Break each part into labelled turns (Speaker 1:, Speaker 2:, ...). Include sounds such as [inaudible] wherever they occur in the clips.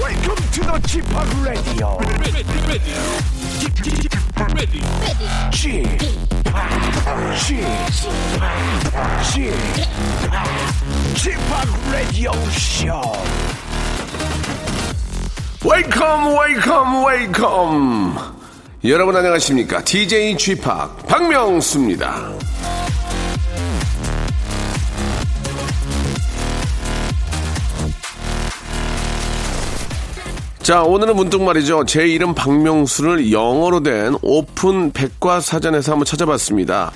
Speaker 1: Welcome to the g p o p Radio.
Speaker 2: ready, ready, ready,
Speaker 1: g p o p G p o p Radio Show.
Speaker 3: 웨이컴 웨이컴 웨이컴 여러분 안녕하십니까 DJ 쥐팍 박명수입니다 자 오늘은 문득 말이죠 제 이름 박명수를 영어로 된 오픈 백과사전에서 한번 찾아봤습니다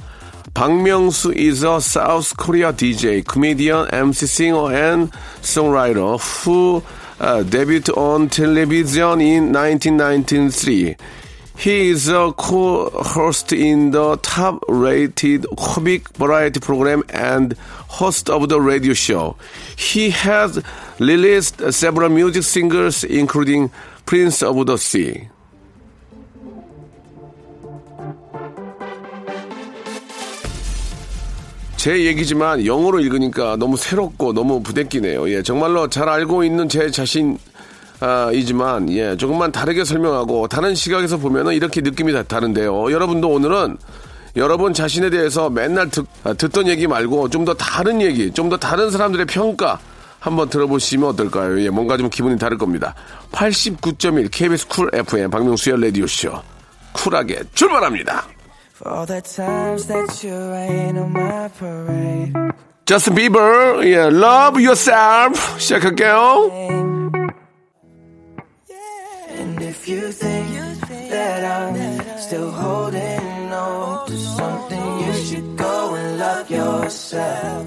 Speaker 3: 박명수 is a South Korea DJ, comedian, MC singer and songwriter who uh, debuted on television in 1993. He is a co-host in the top-rated comic variety program and host of the radio show. He has released several music singles including Prince of the Sea. 제 얘기지만 영어로 읽으니까 너무 새롭고 너무 부대끼네요. 예, 정말로 잘 알고 있는 제 자신, 아, 이지만, 예, 조금만 다르게 설명하고, 다른 시각에서 보면은 이렇게 느낌이 다, 다른데요. 여러분도 오늘은 여러분 자신에 대해서 맨날 듣, 아, 듣던 얘기 말고 좀 더 다른 얘기, 좀 더 다른 사람들의 평가 한번 들어보시면 어떨까요? 예, 뭔가 좀 기분이 다를 겁니다. 89.1 KBS 쿨 FM 박명수의 라디오쇼. 쿨하게 출발합니다.
Speaker 4: all the times that you rain on my parade.
Speaker 3: 저스틴 비버, 예, Love Yourself 시작할게요.
Speaker 4: And if you think that I'm still holding on to something, you should go and love yourself.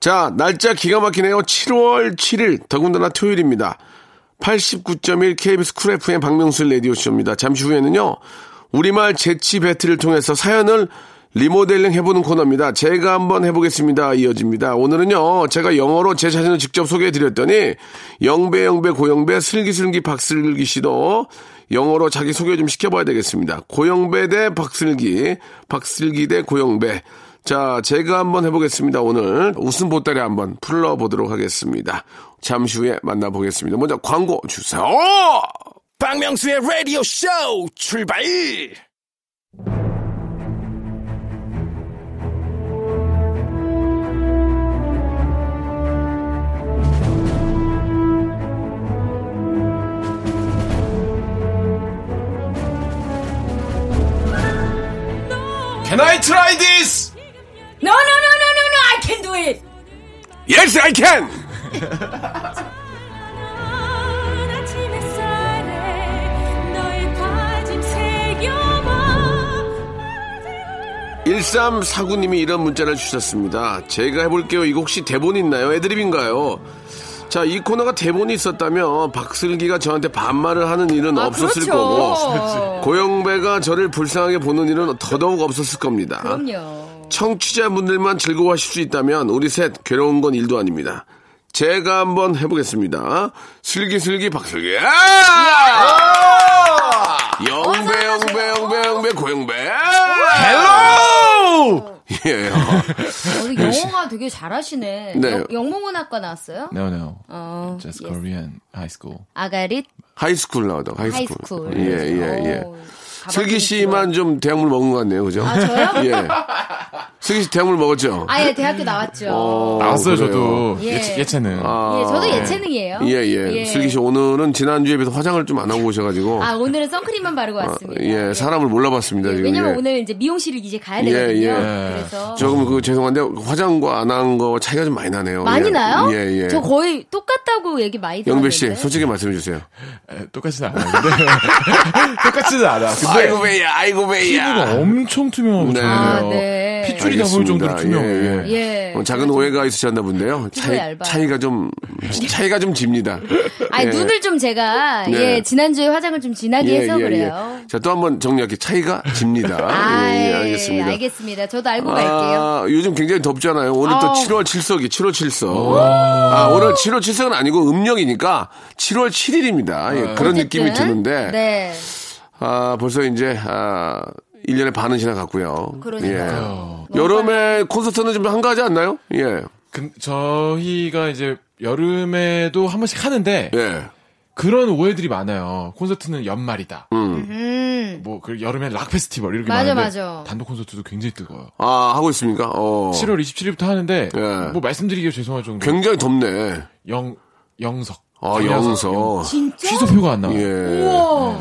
Speaker 3: 자, 날짜 기가 막히네요. 7월 7일, 더군다나 토요일입니다. 89.1 KBS 쿨 FM 박명수 라디오쇼입니다. 잠시 후에는요, 우리말 재치 배틀을 통해서 사연을 리모델링 해보는 코너입니다. 제가 한번 해보겠습니다. 이어집니다. 오늘은요, 제가 영어로 제 자신을 직접 소개해드렸더니, 영배, 영배, 고영배, 슬기슬기, 박슬기 씨도 영어로 자기 소개 좀 시켜봐야 되겠습니다. 고영배 대 박슬기, 박슬기 대 고영배. 자, 제가 한번 해보겠습니다. 오늘 웃음 보따리 한번 풀러보도록 하겠습니다. 잠시 후에 만나보겠습니다. 먼저 광고 주세요.
Speaker 1: 박명수의 라디오 쇼 출발.
Speaker 3: Can I try this?
Speaker 5: No, no, no, no, no, no, I can do it.
Speaker 3: Yes, I can.
Speaker 6: 아,
Speaker 3: 1349님이 이런 문자를 주셨습니다. 제가 해볼게요. 이거 혹시 대본 있나요? 애드립인가요? 자, 이 코너가 대본이 있었다면 박슬기가 저한테 반말을 하는 일은
Speaker 5: 아,
Speaker 3: 없었을
Speaker 5: 그렇죠.
Speaker 3: 거고 고영배가 저를 불쌍하게 보는 일은 더더욱 없었을 겁니다.
Speaker 5: 그럼요.
Speaker 3: 청취자분들만 즐거워하실 수 있다면 우리 셋 괴로운 건 일도 아닙니다. 제가 한번 해보겠습니다. 슬기슬기 박슬기. 아! 영배 영배 영배 영배 고영배. 헬로. 예.
Speaker 5: 어, 영어가 되게 잘하시네.
Speaker 3: 네.
Speaker 5: 영- 영문문학과 나왔어요?
Speaker 7: No, no.
Speaker 5: 어,
Speaker 7: Just
Speaker 5: yes.
Speaker 7: Korean high school.
Speaker 5: 아가릿
Speaker 3: 하이스쿨 나오다. 하이스쿨.
Speaker 5: 하이스쿨.
Speaker 3: 예 예 예.
Speaker 5: 오, 가방끈이
Speaker 3: 슬기 씨만 좀 대학물 먹은 것 같네요, 그죠? 아
Speaker 5: 저요?
Speaker 3: 예. 슬기 씨 대학물 먹었죠?
Speaker 5: 길어요. 아, 예, 대학교 나왔죠.
Speaker 3: 어,
Speaker 7: 나왔어요,
Speaker 3: 그래요. 아.
Speaker 7: 저도.
Speaker 5: 예.
Speaker 7: 예체, 예체는.
Speaker 5: 예, 저도 예체능이에요.
Speaker 3: 예, 예. 슬기 씨 오늘은 지난주에 비해서 화장을 좀 안 하고 오셔가지고.
Speaker 5: 아, 오늘은 선크림만 바르고 왔습니다.
Speaker 3: 예, 사람을 몰라봤습니다, 지금.
Speaker 5: 왜냐면
Speaker 3: 예.
Speaker 5: 오늘 이제 미용실을 이제 가야
Speaker 3: 예,
Speaker 5: 되거든요.
Speaker 3: 예.
Speaker 5: 그래서
Speaker 3: 조금 그 죄송한데 화장과 안 한 거 차이가 좀 많이 나네요.
Speaker 5: 많이
Speaker 3: 예.
Speaker 5: 나요?
Speaker 3: 예, 예.
Speaker 5: 저 거의 똑같다고 얘기 많이
Speaker 3: 영배
Speaker 5: 들었는데.
Speaker 3: 씨, 솔직히 말씀해 주세요.
Speaker 7: 에, 예, 똑같지는 않아. 근데 [laughs] 똑같지는 않아. 근데
Speaker 3: 배야, 아이고 예.
Speaker 7: 피부가 엄청 투명하고
Speaker 3: 네.
Speaker 5: 아,
Speaker 7: 투명해요.
Speaker 5: 네.
Speaker 7: 핏줄이 다 보일 정도로 투명해요.
Speaker 3: 예, 예.
Speaker 5: 예.
Speaker 3: 어, 작은 오해가 있으셨나 본데요. 차이,
Speaker 5: 얇아요.
Speaker 3: 차이가 좀 차이가 좀
Speaker 5: [laughs]
Speaker 3: 집니다.
Speaker 5: 아니
Speaker 3: 예.
Speaker 5: 눈을 좀 제가
Speaker 3: 네.
Speaker 5: 예 지난주에 화장을 좀 진하게 해서 그래요.
Speaker 3: 예, 자, 또 한번 정리할게요. 차이가 집니다.
Speaker 5: [laughs] 아,
Speaker 3: 예, 예,
Speaker 5: 예,
Speaker 3: 알겠습니다.
Speaker 5: 알겠습니다. 저도 알고 갈게요. 어.
Speaker 3: 아, 요즘 굉장히 덥잖아요. 오늘 또
Speaker 5: 아우.
Speaker 3: 7월 7석이 7월 7석. 아, 오늘 7월 7석은 아니고 음력이니까 7월 7일입니다. 예, 그런
Speaker 5: 어쨌든,
Speaker 3: 느낌이 드는데
Speaker 5: 네.
Speaker 3: 아, 벌써 이제 아, 1년의 반은 지나갔고요.
Speaker 5: 그러니까요.
Speaker 3: 예. 여름에 콘서트는 좀 한가하지 않나요? 예.
Speaker 7: 근 저희가 이제 여름에도 한 번씩 하는데
Speaker 3: 예.
Speaker 7: 그런 오해들이 많아요. 콘서트는 연말이다.
Speaker 5: 음.
Speaker 7: 뭐, 그 여름엔 락 페스티벌 이렇게
Speaker 5: 맞아,
Speaker 7: 많은데
Speaker 5: 맞아.
Speaker 7: 단독 콘서트도 굉장히 뜨거워요.
Speaker 3: 아, 하고 있습니까? 어.
Speaker 7: 7월 27일부터 하는데
Speaker 3: 예.
Speaker 7: 뭐 말씀드리기가 죄송할 정도 로
Speaker 3: 굉장히 덥네.
Speaker 7: 영 영석
Speaker 3: 아, 영서.
Speaker 5: 진짜?
Speaker 7: 취소표가 안 나와요.
Speaker 3: 예.
Speaker 5: 우와.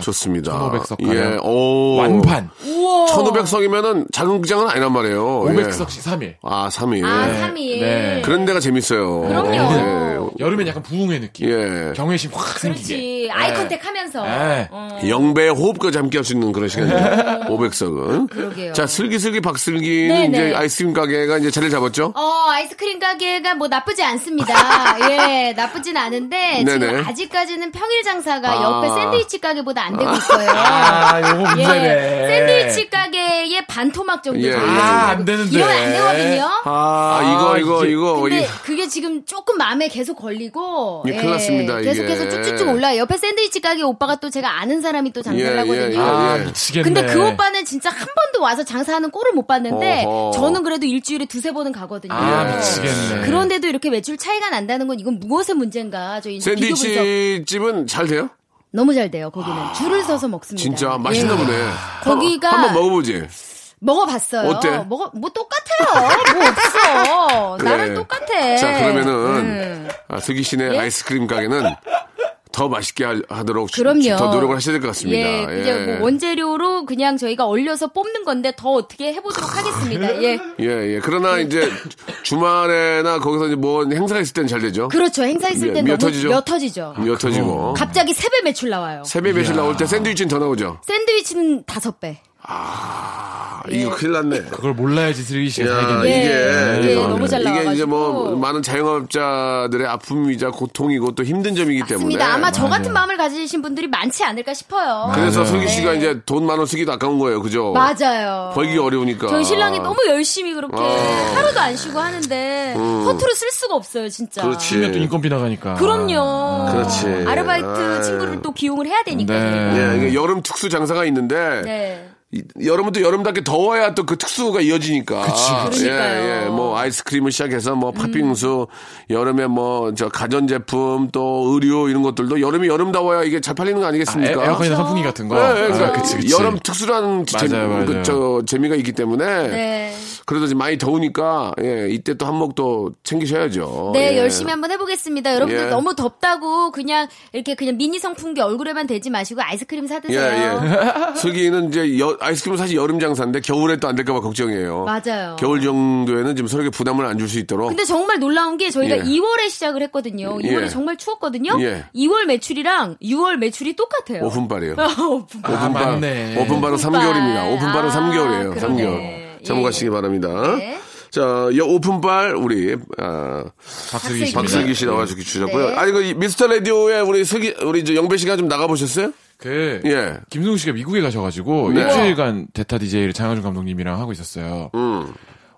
Speaker 3: 좋습니다.
Speaker 7: 1500석 가량.
Speaker 3: 예. 오.
Speaker 7: 완판
Speaker 5: 우와.
Speaker 3: 1500석이면은 작은 극장은 아니란 말이에요.
Speaker 7: 500석씩 3일.
Speaker 3: 예. 아, 3일.
Speaker 5: 아, 3일.
Speaker 7: 네.
Speaker 3: 그런 데가 재밌어요.
Speaker 5: 그럼요.
Speaker 7: 여름엔 약간 부흥의 느낌.
Speaker 3: 예.
Speaker 7: 경외심 확 생기게.
Speaker 5: 그렇지. 아이 컨택 어. 하면서.
Speaker 7: 예.
Speaker 3: 예. 영배의 호흡까지 함께 할 수 있는 그런 시간이죠.
Speaker 5: [laughs]
Speaker 3: 500석은.
Speaker 5: 그러게요.
Speaker 3: 자, 슬기슬기 박슬기는
Speaker 5: 네,
Speaker 3: 이제
Speaker 5: 네.
Speaker 3: 아이스크림 가게가 이제 자리를 잡았죠?
Speaker 5: 어, 아이스크림 가게가 뭐
Speaker 3: [laughs]
Speaker 5: 나쁘지 않습니다. 예, 나쁘진 않은데,
Speaker 3: 네네.
Speaker 5: 지금 아직까지는 평일 장사가
Speaker 3: 아.
Speaker 5: 옆에 샌드위치 가게보다 안 되고 있어요.
Speaker 7: 아, 요거
Speaker 5: 예,
Speaker 7: 문제네.
Speaker 5: 샌드위치 가게의 반토막 정도.
Speaker 3: 예, 예. 네.
Speaker 7: 아, 안 되는데.
Speaker 5: 이러면 안 되거든요.
Speaker 3: 아, 이거, 이거,
Speaker 7: 이게-
Speaker 3: 이거.
Speaker 5: 근데
Speaker 3: 이-
Speaker 5: 그게 지금 조금 마음에 계속 걸리고 예,
Speaker 3: 이게 큰일 났습니다, 이게.
Speaker 5: 계속해서 쭉쭉쭉 올라요. 옆에 샌드위치 가게 오빠가 또 제가 아는 사람이 또 장사를
Speaker 3: 예,
Speaker 5: 하거든요.
Speaker 3: 예, 예.
Speaker 7: 아, 미치겠네.
Speaker 5: 근데 그 오빠는 진짜 한 번도 와서 장사하는 꼴을 못 봤는데
Speaker 3: 어허.
Speaker 5: 저는 그래도 일주일에 두세 번은 가거든요.
Speaker 7: 아,
Speaker 3: 예.
Speaker 7: 미치겠네.
Speaker 5: 그런데도 이렇게 매출 차이가 난다는 건 이건 무엇의 문제인가? 저희 이제 비교 분석
Speaker 3: 샌드위치 집은 잘 돼요?
Speaker 5: 너무 잘 돼요. 거기는 줄을 서서 먹습니다.
Speaker 3: 진짜 맛있나
Speaker 5: 예.
Speaker 3: 보네.
Speaker 5: 거기가-
Speaker 3: 한- 한번 먹어보지.
Speaker 5: 먹어봤어요.
Speaker 3: 어때?
Speaker 5: 먹어 뭐 똑같아요. 뭐 없어.
Speaker 3: 그래.
Speaker 5: 나랑 똑같아.
Speaker 3: 자 그러면은
Speaker 5: 음.
Speaker 3: 아, 슬기 씨네
Speaker 5: 예?
Speaker 3: 아이스크림 가게는 더 맛있게 할- 하도록 주-
Speaker 5: 그럼요.
Speaker 3: 더 노력을 하셔야 될 것 같습니다.
Speaker 5: 예, 그냥 뭐 원재료로 그냥 저희가 얼려서 뽑는 건데 더 어떻게 해보도록 하겠습니다. 예.
Speaker 3: 예, 예. 그러나 이제 주말에나 거기서 이제 뭐 행사 있을 때는 잘 되죠. 음,
Speaker 5: 그렇죠. 행사 있을
Speaker 3: 예,
Speaker 5: 때
Speaker 3: 미어
Speaker 5: 너무
Speaker 3: 터지죠?
Speaker 5: 몇 터지죠.
Speaker 3: 미어 터지고
Speaker 5: 갑자기 세배 매출 나와요.
Speaker 3: 세배 매실 나올 때 샌드위치는 더 나오죠.
Speaker 5: 샌드위치는 다섯 배.
Speaker 3: 아, 이거 큰일 났네.
Speaker 7: 그걸 몰라야지 슬기 씨가
Speaker 3: 야,
Speaker 7: 살겠네.
Speaker 5: 예.
Speaker 3: 이게
Speaker 5: 예, 너무 잘
Speaker 3: 이게 이제
Speaker 5: 나와가지고.
Speaker 3: 뭐 많은 자영업자들의 아픔이자 고통이고 또 힘든 점이기 때문에 네.
Speaker 5: 맞습니다. 아마 저 같은 마음을 가지신 분들이 많지 않을까 싶어요.
Speaker 3: 그래서
Speaker 7: 맞아요.
Speaker 3: 슬기 씨가 이제 돈 만 원 쓰기도 아까운 거예요, 그죠?
Speaker 5: 네.
Speaker 3: 어.
Speaker 5: 맞아요.
Speaker 3: 벌기 어려우니까. 어.
Speaker 5: 저희 신랑이 너무 열심히 그렇게 하루도 안 쉬고 하는데 허투루 쓸 수가 없어요, 진짜.
Speaker 3: 음. 그렇지. 아.
Speaker 7: 또 인건비 나가니까.
Speaker 5: 그럼요.
Speaker 3: 그렇지. 네.
Speaker 5: 아르바이트
Speaker 3: 아유.
Speaker 5: 친구를 또 기용을 해야 되니까.
Speaker 7: 네.
Speaker 3: 예, 이게 여름 특수 장사가 있는데
Speaker 5: 네.
Speaker 3: 이- 여름은 또 여름답게 더워야 또 그 특수가 이어지니까. 예,
Speaker 5: 그치. 그러니까요.
Speaker 3: 예. 뭐 아이스크림을 시작해서 뭐 팥빙수, 여름에 뭐 저 가전 제품 또 의류 이런 것들도 여름이 여름다워야 이게 잘 팔리는 거
Speaker 7: 에,
Speaker 3: 아니겠습니까?
Speaker 7: 에어컨이나 선풍기 같은 거.
Speaker 3: 예, 예, 그러니까
Speaker 7: 아, 그치, 그치.
Speaker 3: 여름 특수라는 재,
Speaker 7: 맞아요.
Speaker 3: 그, 저, 재미가 있기 때문에
Speaker 5: 네.
Speaker 3: 그래도 지금 많이 더우니까 예, 이때 또 한몫 또 챙기셔야죠.
Speaker 5: 네,
Speaker 3: 예.
Speaker 5: 열심히 한번 해보겠습니다. 여러분들
Speaker 3: 예.
Speaker 5: 너무 덥다고 그냥 이렇게 그냥 미니 성풍기 얼굴에만 대지 마시고 아이스크림
Speaker 3: 예, 예.
Speaker 5: 사드세요.
Speaker 3: [laughs] 슬기는 이제 여- 아이스크림은 사실 여름 장사인데 겨울에 또 안 될까봐 걱정이에요.
Speaker 5: 맞아요.
Speaker 3: 겨울 정도에는 지금 서로에게 부담을 안 줄 수 있도록.
Speaker 5: 근데 정말 놀라운 게 저희가
Speaker 3: 예.
Speaker 5: 2월에 시작을 했거든요.
Speaker 3: 예.
Speaker 5: 2월에 정말 추웠거든요.
Speaker 3: 예.
Speaker 5: 2월 매출이랑 6월 매출이 똑같아요.
Speaker 3: 오픈발이에요.
Speaker 5: [laughs] 오픈.
Speaker 7: 아,
Speaker 3: 오픈발.
Speaker 7: 맞네.
Speaker 3: 오픈발은 3개월입니다. 오픈발은
Speaker 5: 아,
Speaker 3: 3개월이에요. 삼
Speaker 5: 그러네.
Speaker 3: 3개월.
Speaker 5: 예,
Speaker 3: 참고하시기
Speaker 5: 예.
Speaker 3: 바랍니다.
Speaker 5: 네.
Speaker 3: 자, 여 오픈발 우리 아,
Speaker 7: 박슬기 씨.
Speaker 3: 박슬기 씨 나와주기 주셨고요.
Speaker 5: 네.
Speaker 3: 아니 그 미스터 라디오에 우리 슬기 우리 저 영배 씨가 좀 나가 보셨어요?
Speaker 7: 그
Speaker 3: 예.
Speaker 7: 김승우 씨가 미국에 가셔가지고
Speaker 3: 네.
Speaker 7: 일주일간 대타 DJ를 장항준 감독님이랑 하고 있었어요.
Speaker 3: 음.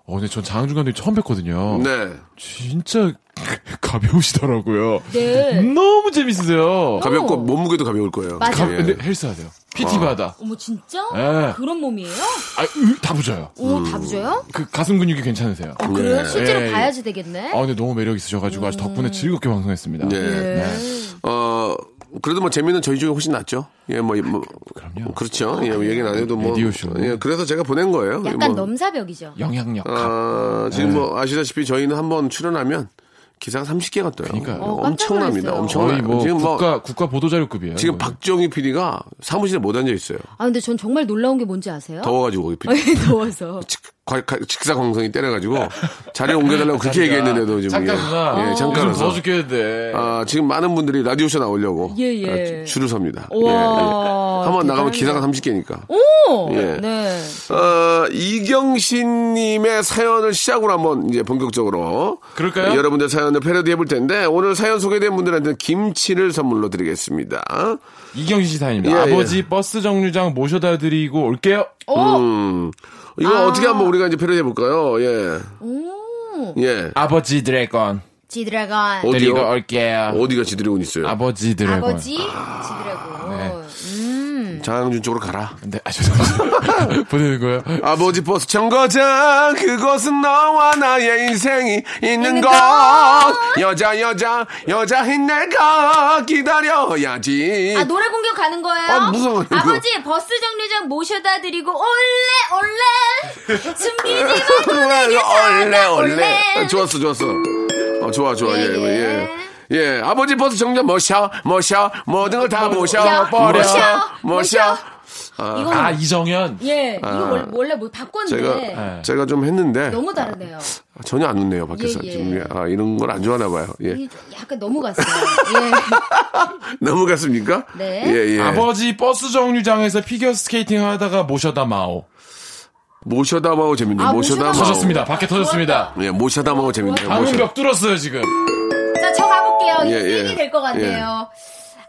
Speaker 7: 어, 근데 전 장항준 감독님 처음 뵀거든요.
Speaker 3: 네.
Speaker 7: 진짜 [laughs] 가벼우시더라고요.
Speaker 3: 음.
Speaker 5: 네.
Speaker 7: 너무 재밌으세요.
Speaker 3: 가볍고 몸무게도 가벼울 거예요.
Speaker 5: 맞아.
Speaker 7: 가-
Speaker 5: 예.
Speaker 7: 근데 헬스하세요. PT 받아.
Speaker 5: 어머 진짜?
Speaker 3: 네.
Speaker 7: 예.
Speaker 5: 그런 몸이에요?
Speaker 7: 아, 으, 다 부져요.
Speaker 5: 오,
Speaker 3: 음.
Speaker 5: 다 부져요?
Speaker 7: 그 가슴 근육이 괜찮으세요.
Speaker 3: 네?
Speaker 5: 어, 그래요? 실제로
Speaker 7: 예, 예.
Speaker 5: 봐야지 되겠네.
Speaker 7: 아, 근데 너무 매력 있으셔가지고 아주
Speaker 3: 음.
Speaker 7: 덕분에 즐겁게 방송했습니다.
Speaker 3: 예. 어 그래도 뭐 재미는 저희 중에 훨씬 낫죠. 예, 뭐, 뭐
Speaker 7: 그럼요.
Speaker 3: 그렇죠. 예, 뭐 얘기는 안 해도 뭐
Speaker 7: 라디오쇼.
Speaker 3: 예, 그래서 제가 보낸 거예요.
Speaker 5: 약간
Speaker 3: 뭐.
Speaker 5: 넘사벽이죠.
Speaker 7: 영향력.
Speaker 3: 아, 지금
Speaker 7: 네.
Speaker 3: 뭐 아시다시피 저희는 한번 출연하면 기사가 30개가 떠요.
Speaker 7: 그러니까요.
Speaker 5: 어, 깜짝
Speaker 3: 엄청납니다.
Speaker 5: 놀랐어요.
Speaker 7: 거의
Speaker 3: 엄청나요.
Speaker 7: 뭐
Speaker 3: 지금 뭐
Speaker 7: 국가 뭐. 국가 보도자료급이에요.
Speaker 3: 지금
Speaker 7: 이거는.
Speaker 3: 박정희 PD가 사무실에 못 앉아 있어요.
Speaker 5: 아 근데 전 정말 놀라운 게 뭔지 [laughs] 아세요?
Speaker 3: 더워가지고 거기 PD.
Speaker 5: 더워서.
Speaker 3: 직사광선이 때려가지고 자리 옮겨달라고 그렇게 얘기했는데도 지금
Speaker 7: 잠깐
Speaker 3: 예.
Speaker 7: 누나
Speaker 3: 예,
Speaker 7: 요즘
Speaker 3: 잠깐서
Speaker 7: 더워 죽겠는데
Speaker 3: 아, 지금 많은 분들이 라디오쇼 나오려고
Speaker 5: 예, 예.
Speaker 3: 아, 줄을 섭니다. 예,
Speaker 5: 우와,
Speaker 3: 예. 한번 나가면
Speaker 5: 대단해요.
Speaker 3: 기사가 30개니까.
Speaker 5: 오!
Speaker 3: 예.
Speaker 5: 네.
Speaker 3: 어, 이경신님의 사연을 시작으로 한번 이제 본격적으로
Speaker 7: 그럴까요?
Speaker 3: 예, 여러분들 사연을 패러디 해볼 텐데 오늘 사연 소개된 분들한테는 김치를 선물로 드리겠습니다.
Speaker 7: 이경진 씨 사연입니다.
Speaker 3: 예,
Speaker 7: 아버지 버스 정류장 모셔다 드리고 올게요.
Speaker 5: 오!
Speaker 3: 음, 이거
Speaker 5: 아.
Speaker 3: 어떻게 한번 우리가 이제 패러디 해볼까요? 예,
Speaker 5: 오!
Speaker 3: 예.
Speaker 7: 아버지 드래곤
Speaker 5: 지드래곤.
Speaker 3: 어디요?
Speaker 7: 드리고 올게요. 네. 아,
Speaker 3: 어디가 지드래곤 있어요?
Speaker 7: 아버지 드래곤.
Speaker 3: 네.
Speaker 5: 아버지 지드래곤. 음.
Speaker 3: 장항준 쪽으로 가라.
Speaker 7: 네, 아, 죄송합니다. [laughs] 보내는 거예요?
Speaker 3: 아버지 버스 정거장 그곳은 너와 나의 인생이 있는
Speaker 5: 있는
Speaker 3: 곳
Speaker 5: 곳.
Speaker 3: 여자 여자 여자인 내가 기다려야지
Speaker 5: 아 노래 공격 가는 거예요?
Speaker 3: 아, 무서워, 이거.
Speaker 5: 버지 버스 정류장 모셔다 드리고 올레 올레
Speaker 3: [laughs]
Speaker 5: 숨기지 마
Speaker 3: 올레 올레 올레
Speaker 5: 올레.
Speaker 3: 아, 좋았어 좋았어 어, 좋아 좋아
Speaker 5: 예,
Speaker 3: 예예 예,
Speaker 5: 예.
Speaker 3: 예, 아버지 버스 정장 모셔 모셔 모든 걸
Speaker 5: 뭐,
Speaker 3: 다 모셔 뭐
Speaker 5: 모셔,
Speaker 3: 버려
Speaker 5: 모셔,
Speaker 3: 모셔
Speaker 5: 모셔.
Speaker 3: 아,
Speaker 5: 이거
Speaker 7: 아, 이정현.
Speaker 5: 예 이거 원래, 원래 뭘 바꿨는데
Speaker 3: 제가
Speaker 7: 네.
Speaker 3: 제가 좀 했는데
Speaker 5: 너무 다르네요.
Speaker 3: 전혀 안 웃네요 밖에서
Speaker 5: 예, 음. 예.
Speaker 3: 지금 아, 이런 걸 안 좋아하나 봐요 예
Speaker 5: 이게 좀 약간 넘어갔어요. 예.
Speaker 3: 넘어갔습니까
Speaker 5: 네.
Speaker 3: 예예
Speaker 7: 아버지 뭐 버스 정류장에서 피겨 스케이팅 하다가 모셔다 마오.
Speaker 3: 모셔다 마오 재밌네요
Speaker 5: 아,
Speaker 3: 모셔다 뭐. 마오
Speaker 5: 모셔다 마오.
Speaker 7: 터졌습니다. 아, 밖에 터졌습니다.
Speaker 3: 예 모셔다 마오 재밌네요
Speaker 7: 방금
Speaker 3: 모셔
Speaker 7: 벽 뚫었어요, 지금.
Speaker 5: 자, 저 가볼게요. 이거
Speaker 3: 예, 예.
Speaker 5: 예, 이 될 것 같네요.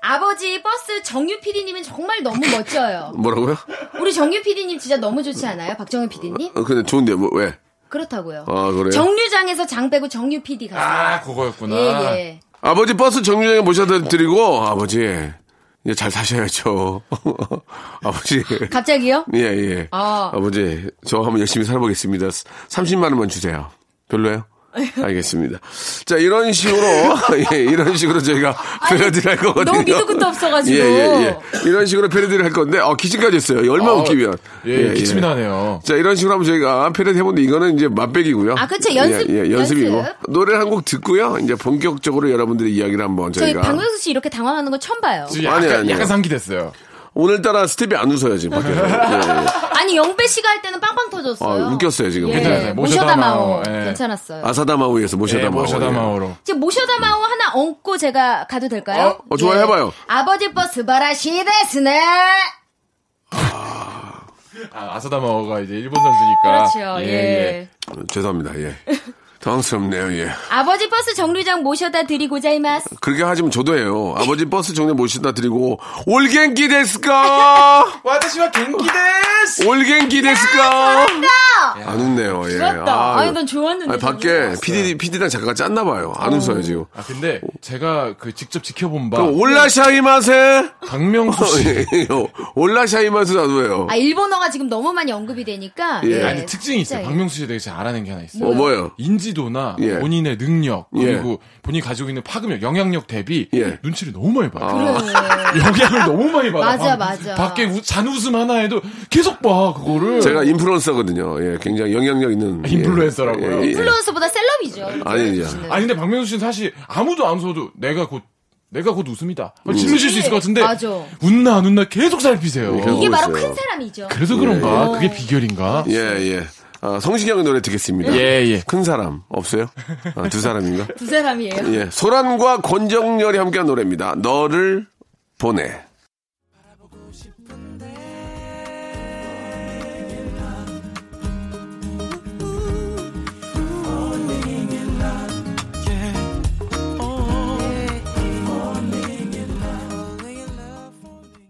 Speaker 5: 아버지 버스 정유 PD님은 정말 너무 멋져요.
Speaker 3: 뭐라고요
Speaker 5: 우리 정유 PD님 진짜 너무 좋지 않아요? 박정유 PD님?
Speaker 3: 어, 근데 좋은데 뭐, 왜
Speaker 5: 그렇다고요.
Speaker 3: 아, 그래요?
Speaker 5: 정류장에서 장 빼고 정유 PD
Speaker 7: 아,
Speaker 5: 갔어요.
Speaker 7: 그거였구나.
Speaker 5: 예, 예.
Speaker 3: 아버지 버스 정류장에 모셔다 드리고 아버지 이제 잘 사셔야죠. [laughs] 아버지
Speaker 5: 갑자기요?
Speaker 3: 예 예.
Speaker 5: 아.
Speaker 3: 아버지 저 한번 열심히 살아보겠습니다. 30만 원만 주세요. 별로예요?
Speaker 5: [laughs]
Speaker 3: 알겠습니다. 자 이런 식으로 [laughs] 예, 이런 식으로 저희가 패러디를 할 거거든요.
Speaker 5: 너무 밑도 끝도 없어가지고.
Speaker 3: 예예예. 이런 식으로 패러디를 할 건데 어 기침까지 했어요. 얼마 나
Speaker 7: 아,
Speaker 3: 웃기면.
Speaker 7: 예, 기침이 나네요.
Speaker 3: 자 이런 식으로 한번 저희가 패러디 해보는데 이거는 이제 맛배기고요.
Speaker 5: 아, 그쵸. 연습,
Speaker 3: 예, 예, 연습이고
Speaker 5: 연습.
Speaker 3: 노래 를 한 곡 듣고요. 이제 본격적으로 여러분들의 이야기를 한번
Speaker 5: 저희
Speaker 3: 저희가
Speaker 5: 박명수 씨 이렇게 당황하는 건 처음 봐요.
Speaker 7: 지금 약간,
Speaker 3: 아니에요, 아니에요.
Speaker 7: 약간 상기됐어요.
Speaker 3: 오늘따라 스텝이 안 웃어요 지금 밖에서.
Speaker 5: [laughs]
Speaker 3: 예, 예.
Speaker 5: 아니 영배 씨가 할 때는 빵빵 터졌어요.
Speaker 3: 아, 웃겼어요, 지금.
Speaker 5: 예.
Speaker 7: 괜찮아요.
Speaker 5: 모셔다
Speaker 7: 모셔다
Speaker 5: 마오.
Speaker 7: 마오. 예.
Speaker 5: 괜찮았어요.
Speaker 3: 아사다마우에서 모셔다
Speaker 7: 예,
Speaker 3: 마오.
Speaker 7: 모셔다
Speaker 3: 예.
Speaker 7: 마오로.
Speaker 5: 지금 모셔다 마오 하나 얹고 제가 가도 될까요? 예.
Speaker 3: 어? 어, 좋아요. 해봐요.
Speaker 5: 아버지 버스 바라시데스네.
Speaker 7: 아, 아사다 마오가 이제 일본 선수니까.
Speaker 5: 그렇죠. 예.
Speaker 3: 어, 죄송합니다. 예. 당황스럽네요. 예.
Speaker 5: 아버지 버스 정류장 모셔다 드리고자 이마스.
Speaker 3: 그렇게 하시면 저도 해요. 아버지 버스 정리 모시다 드리고 올갱기
Speaker 5: [laughs]
Speaker 3: 데스까?
Speaker 7: 와타시와 갱기데스!
Speaker 3: 올갱기 데스까? 안 웃네요. 예.
Speaker 5: 좋았다.
Speaker 3: 아,
Speaker 5: 아, 아니 난 좋았는데. 네.
Speaker 3: 아니, 밖에 PD PD랑 작가가 짰나 봐요. 안 웃어요 지금.
Speaker 7: 아, 근데 제가 그 직접 지켜본 바.
Speaker 3: 그럼 올라샤이 맛에
Speaker 7: 박명수 씨.
Speaker 3: [laughs]
Speaker 7: [laughs]
Speaker 3: 올라샤이 맛에 나도예요.
Speaker 5: 아 일본어가 지금 너무 많이 언급이 되니까.
Speaker 3: 예.
Speaker 7: 아니 특징이 있어요.
Speaker 5: 진짜.
Speaker 7: 박명수 씨 되게 잘 알아낸 게 하나 있어요.
Speaker 3: 어 뭐예요?
Speaker 7: 인지도나
Speaker 3: 예.
Speaker 7: 본인의 능력
Speaker 3: 예.
Speaker 7: 그리고 본인이 가지고 있는 파급력, 영향력 대비
Speaker 3: 예. 아.
Speaker 7: 눈치를 너무 많이 봐요. 예.
Speaker 5: 그래.
Speaker 7: [laughs] 영향을 너무 많이 받아.
Speaker 5: 맞아,
Speaker 7: 밖-
Speaker 5: 맞아.
Speaker 7: 밖에 우- 잔웃음 하나에도 계속 봐 그거를. 아,
Speaker 3: 제가 인플루언서거든요. 예, 굉장히 영향력 있는 예.
Speaker 7: 인플루언서라고요?
Speaker 3: 예, 예.
Speaker 5: 플루언스보다 셀럽이죠.
Speaker 3: 아니, 아니.
Speaker 7: 아니 근데 박명수 씨는 사실 아무도 안 웃어도 내가 곧 내가 곧 웃음이다. 질문실 수 있을 것 같은데
Speaker 5: 맞아.
Speaker 7: 웃나 안 웃나 계속 살피세요.
Speaker 3: 예, 계속
Speaker 5: 이게 바로
Speaker 3: 있어요.
Speaker 5: 큰 사람이죠.
Speaker 7: 그래서 그런가? 그게 비결인가?
Speaker 3: 예, 예. 아, 성시경의 노래 듣겠습니다.
Speaker 7: 예, 예.
Speaker 3: 큰 사람 없어요? 아, 두 사람인가?
Speaker 5: 두 사람이에요.
Speaker 3: 예. 소란과 권정열이 함께한 노래입니다. 너를 보내.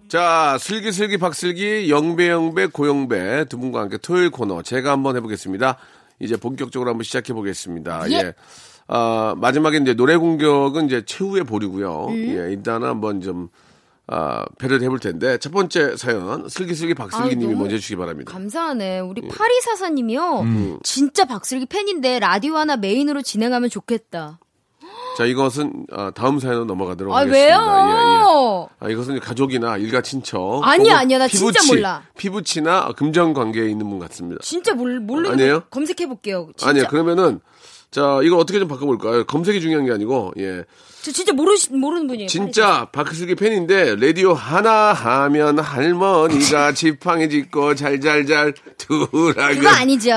Speaker 3: 자, 슬기슬기 박슬기, 영배영배 고영배 두 분과 함께 토요일 코너 제가 한번 해보겠습니다. 이제 본격적으로 한번 시작해 보겠습니다.
Speaker 5: 예.
Speaker 3: 아, 마지막에 이제 노래 공격은 이제 최후의 보류고요. 예, 일단은 한번 좀 아, 배려를 해볼 텐데 첫 번째 사연 슬기슬기 박슬기님이
Speaker 5: 아유, 너무
Speaker 3: 먼저 해주시기 바랍니다.
Speaker 5: 감사하네. 우리 파리사사님이요. 진짜 박슬기 팬인데 라디오 하나 메인으로 진행하면 좋겠다.
Speaker 3: 자, 이것은 아, 다음 사연으로 넘어가도록
Speaker 5: 아,
Speaker 3: 하겠습니다. 예, 예.
Speaker 5: 왜요?
Speaker 3: 아, 이것은 가족이나 일가 친척.
Speaker 5: 아니야,
Speaker 3: 혹은
Speaker 5: 아니야. 나 진짜
Speaker 3: 피부치,
Speaker 5: 몰라.
Speaker 3: 피부치나 금전 관계에 있는 분 같습니다.
Speaker 5: 진짜 몰, 모르는
Speaker 3: 아니에요?
Speaker 5: 거 검색해볼게요. 진짜.
Speaker 3: 아니요, 그러면은 자 이거 어떻게 좀 바꿔볼까요? 검색이 중요한 게 아니고 예
Speaker 5: 저 진짜 모르시, 모르는 분이에요.
Speaker 3: 진짜 박슬기 팬인데 라디오 하나 하면
Speaker 5: [laughs]
Speaker 3: 할머니가 지팡이 짚고 잘잘잘 두라고
Speaker 5: 그거 아니죠.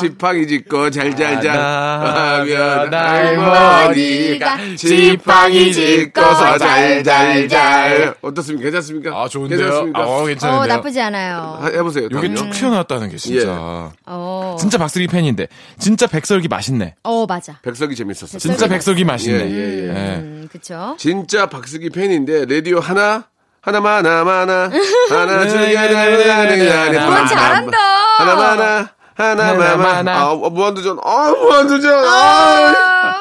Speaker 3: 두, 지팡이 짚고 잘잘잘
Speaker 7: 하나
Speaker 3: 하면
Speaker 7: 하면
Speaker 3: 할머니가
Speaker 5: 할머니가
Speaker 3: 지팡이 짚고서
Speaker 5: 짚고서
Speaker 3: 잘잘잘
Speaker 5: 잘잘잘.
Speaker 3: 어떻습니까? 괜찮습니까?
Speaker 7: 아 좋은데요.
Speaker 3: 괜찮습니까?
Speaker 7: 아
Speaker 5: 파리사사. 어,
Speaker 7: 괜찮은데요.
Speaker 5: 나쁘지 않아요.
Speaker 3: 하- 해보세요.
Speaker 7: 요게
Speaker 3: 다음요.
Speaker 7: 쭉 튀어나왔다는 게
Speaker 3: 예.
Speaker 7: 진짜
Speaker 5: 어.
Speaker 7: 진짜 박슬기 팬인데 진짜 백설기 맛있네.
Speaker 5: 어, 맞아.
Speaker 3: 백석이 재밌었어요.
Speaker 7: 진짜 백설기 맛있네.
Speaker 3: 예, 예, 예.
Speaker 5: 음, 그쵸.
Speaker 3: 진짜 박수기 팬인데 라디오 하나
Speaker 7: [laughs] 네,
Speaker 3: 하나만 하나만 하나 하나 주게 하나 하나 하나
Speaker 5: 그건 잘한다.
Speaker 3: 하나만 하나 하나만,
Speaker 7: 하나만아.
Speaker 3: 아, 어, 무한도전, 아, 무한도전, 아,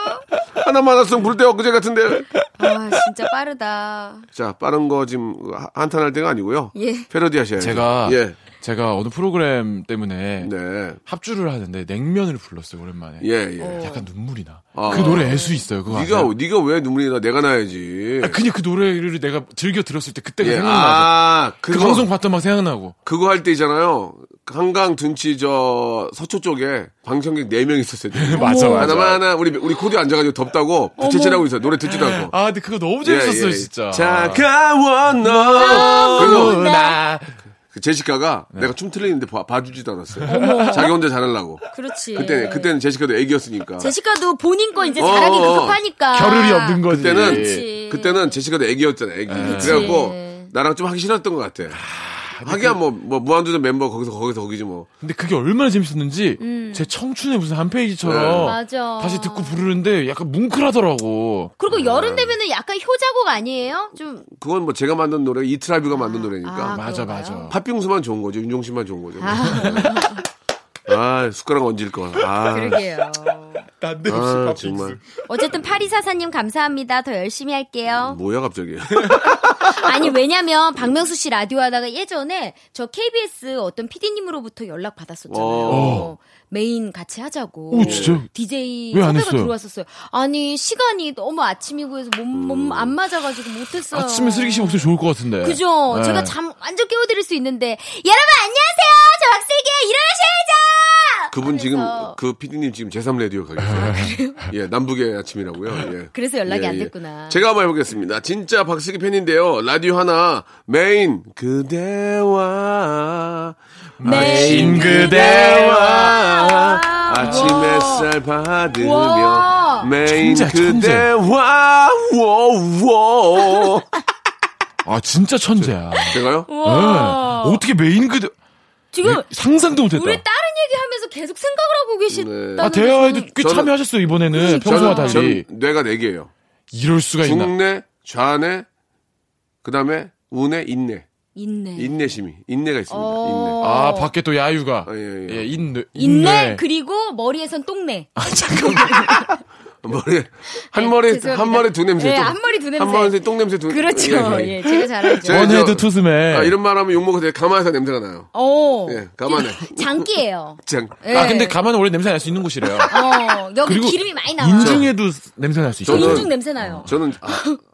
Speaker 3: 하나만 왔으면 불때 엊그제 같은데.
Speaker 5: 아, 진짜 빠르다.
Speaker 3: 자, 빠른 거 지금 한탄할 때가 아니고요.
Speaker 5: 예.
Speaker 3: 패러디 하셔야죠.
Speaker 7: 제가
Speaker 3: 예.
Speaker 7: 제가 어느 프로그램 때문에
Speaker 3: 네.
Speaker 7: 합주를 하는데 냉면을 불렀어요 오랜만에.
Speaker 3: 예, 예.
Speaker 7: 약간 눈물이 나.
Speaker 3: 아.
Speaker 7: 그 노래 애수 있어요. 그거
Speaker 3: 네가
Speaker 7: 아세요?
Speaker 3: 네가 왜 눈물이 나? 내가 나야지.
Speaker 7: 아, 그냥 그 노래를 내가 즐겨 들었을 때 그때가
Speaker 3: 예.
Speaker 7: 생각나고
Speaker 3: 아,
Speaker 7: 그
Speaker 3: 그거
Speaker 7: 방송 봤던 막 생각나고
Speaker 3: 그거 할 때 있잖아요. 한강 둔치 저 서초 쪽에 방청객 4명 있었어요.
Speaker 7: [laughs] 맞아, 맞아.
Speaker 3: 하나만 하나 우리 우리 코디 앉아가지고 덥다고 부채질하고 있어. 요 노래 듣지도 않고.
Speaker 7: 아 근데 그거 너무
Speaker 3: 예,
Speaker 7: 재밌었어요
Speaker 3: 예.
Speaker 7: 진짜 아.
Speaker 3: 차가워 너. 그래서
Speaker 7: 누나
Speaker 3: 그 제시카가
Speaker 7: 네.
Speaker 3: 내가 춤 틀리는데 봐, 봐주지도 않았어요. 자기 혼자 잘하려고.
Speaker 5: 그렇지.
Speaker 3: 그때 그때는 제시카도 애기였으니까.
Speaker 5: 제시카도 본인 거 이제 잘하기
Speaker 3: 어, 어, 어.
Speaker 5: 급급하니까.
Speaker 7: 겨를이 없는 거지 예.
Speaker 3: 그때는
Speaker 5: 아. 그치.
Speaker 3: 그때는 제시카도 애기였잖아. 애기.
Speaker 7: 네.
Speaker 3: 그래갖고 나랑 좀 하기 싫었던 것 같아.
Speaker 7: 그
Speaker 3: 하기야 뭐, 뭐 무한도전 멤버 거기서 거기서 거기지 뭐.
Speaker 7: 근데 그게 얼마나 재밌었는지 제 청춘의 무슨 한
Speaker 3: 네.
Speaker 7: 페이지처럼
Speaker 5: 음. 맞아.
Speaker 7: 다시 듣고 부르는데 약간 뭉클하더라고
Speaker 5: 그리고
Speaker 3: 아.
Speaker 5: 여름 되면은 약간 효자곡 아니에요? 좀
Speaker 3: 그건 뭐 제가 만든 노래 이트라비가 만든 노래니까
Speaker 5: 아,
Speaker 7: 맞아
Speaker 5: 그런가요?
Speaker 7: 맞아
Speaker 3: 팥빙수만 좋은 거죠. 윤종신만 좋은 거죠. 아, 숟가락 얹을 거. 아,
Speaker 5: 그러게요.
Speaker 3: 아 정말
Speaker 5: 어쨌든 파리사사님 감사합니다. 더 열심히 할게요.
Speaker 3: 뭐야 갑자기.
Speaker 5: 아니 왜냐면 박명수 씨 라디오 하다가 예전에 저 KBS 어떤 PD님으로부터 연락 받았었잖아요.
Speaker 7: 어.
Speaker 5: 메인 같이 하자고.
Speaker 7: 오, 진짜?
Speaker 5: DJ
Speaker 7: 왜안
Speaker 5: 섭외가
Speaker 7: 했어요?
Speaker 5: 들어왔었어요. 아니 시간이 너무 아침이고 해서 몸안 맞아가지고 못했어요.
Speaker 7: 음. 아침에 쓰레기 씨 목소리 좋을 것 같은데
Speaker 5: 그죠?
Speaker 7: 네.
Speaker 5: 제가 잠 완전 깨워드릴 수 있는데 여러분 안녕하세요. 저 박슬기야 일어나셔야죠.
Speaker 3: 그분 지금
Speaker 5: 그래서- 아,
Speaker 3: 그 피디님 지금 제3 라디오 가 계세요. 예, 남북의 아침이라고요. 예.
Speaker 5: 그래서 연락이 안 됐구나.
Speaker 3: 제가 한번 해보겠습니다. 진짜 박수기 팬인데요. 라디오 하나 메인 그대와
Speaker 5: 메인
Speaker 3: 그대와
Speaker 5: 그대와
Speaker 3: 아침
Speaker 5: 우와.
Speaker 3: 햇살 받으며
Speaker 5: 우와.
Speaker 3: 메인
Speaker 7: 천재, 천재.
Speaker 3: 그대와
Speaker 5: [laughs]
Speaker 3: 워워
Speaker 7: 아 진짜 천재야
Speaker 3: 제가요?
Speaker 5: 와.
Speaker 7: 네. 예? 어떻게 메인 그대
Speaker 5: 지금
Speaker 7: 상상도 못했다
Speaker 5: 우리 다른 얘기하면서 계속 생각을 하고
Speaker 3: 네.
Speaker 5: 계시다는
Speaker 7: 아 대화에도
Speaker 5: 것은-
Speaker 7: 꽤
Speaker 3: 저는-
Speaker 7: 참여하셨어요 이번에는 평소와 달리
Speaker 3: 저는 뇌가 네 개예요.
Speaker 7: 이럴 수가 있나
Speaker 3: 국내, 좌뇌, 그다음에 우뇌, 인내,
Speaker 5: 있네.
Speaker 3: 인내심이 인내가 있습니다.
Speaker 5: 어.
Speaker 7: 아 밖에 또 야유가
Speaker 3: 아, 예, 예.
Speaker 7: 인내
Speaker 5: 있네. 그리고 머리에선 똥내.
Speaker 7: 아
Speaker 5: [laughs]
Speaker 7: 잠깐만
Speaker 3: 인내. 머리 한 머리
Speaker 5: 네, 죄송합니다.
Speaker 3: 한 머리 두 냄새.
Speaker 5: 예,
Speaker 3: 똥-
Speaker 5: 한 머리 두 냄새.
Speaker 3: 한 머리 똥 냄새 두.
Speaker 5: 그렇죠.
Speaker 3: 예, 예.
Speaker 5: 예, 제가 잘 알죠.
Speaker 3: 제-
Speaker 7: 원헤드
Speaker 3: 저-
Speaker 7: 투스맨
Speaker 3: 아, 이런 말하면 욕 먹어도 가만해서 냄새가 나요.
Speaker 5: 어.
Speaker 3: 예, 가만해.
Speaker 5: 장기예요.
Speaker 3: 장.
Speaker 5: 예.
Speaker 7: 아 근데 가만 원래 냄새 날 수 있는 곳이래요.
Speaker 5: 어, 여기
Speaker 7: 그리고
Speaker 5: 기름이 많이 나와.
Speaker 7: 인중에도 냄새 날 수 있어요.
Speaker 3: 저는-
Speaker 5: 인중 냄새 나요.
Speaker 3: 저는
Speaker 5: [laughs]
Speaker 3: 아,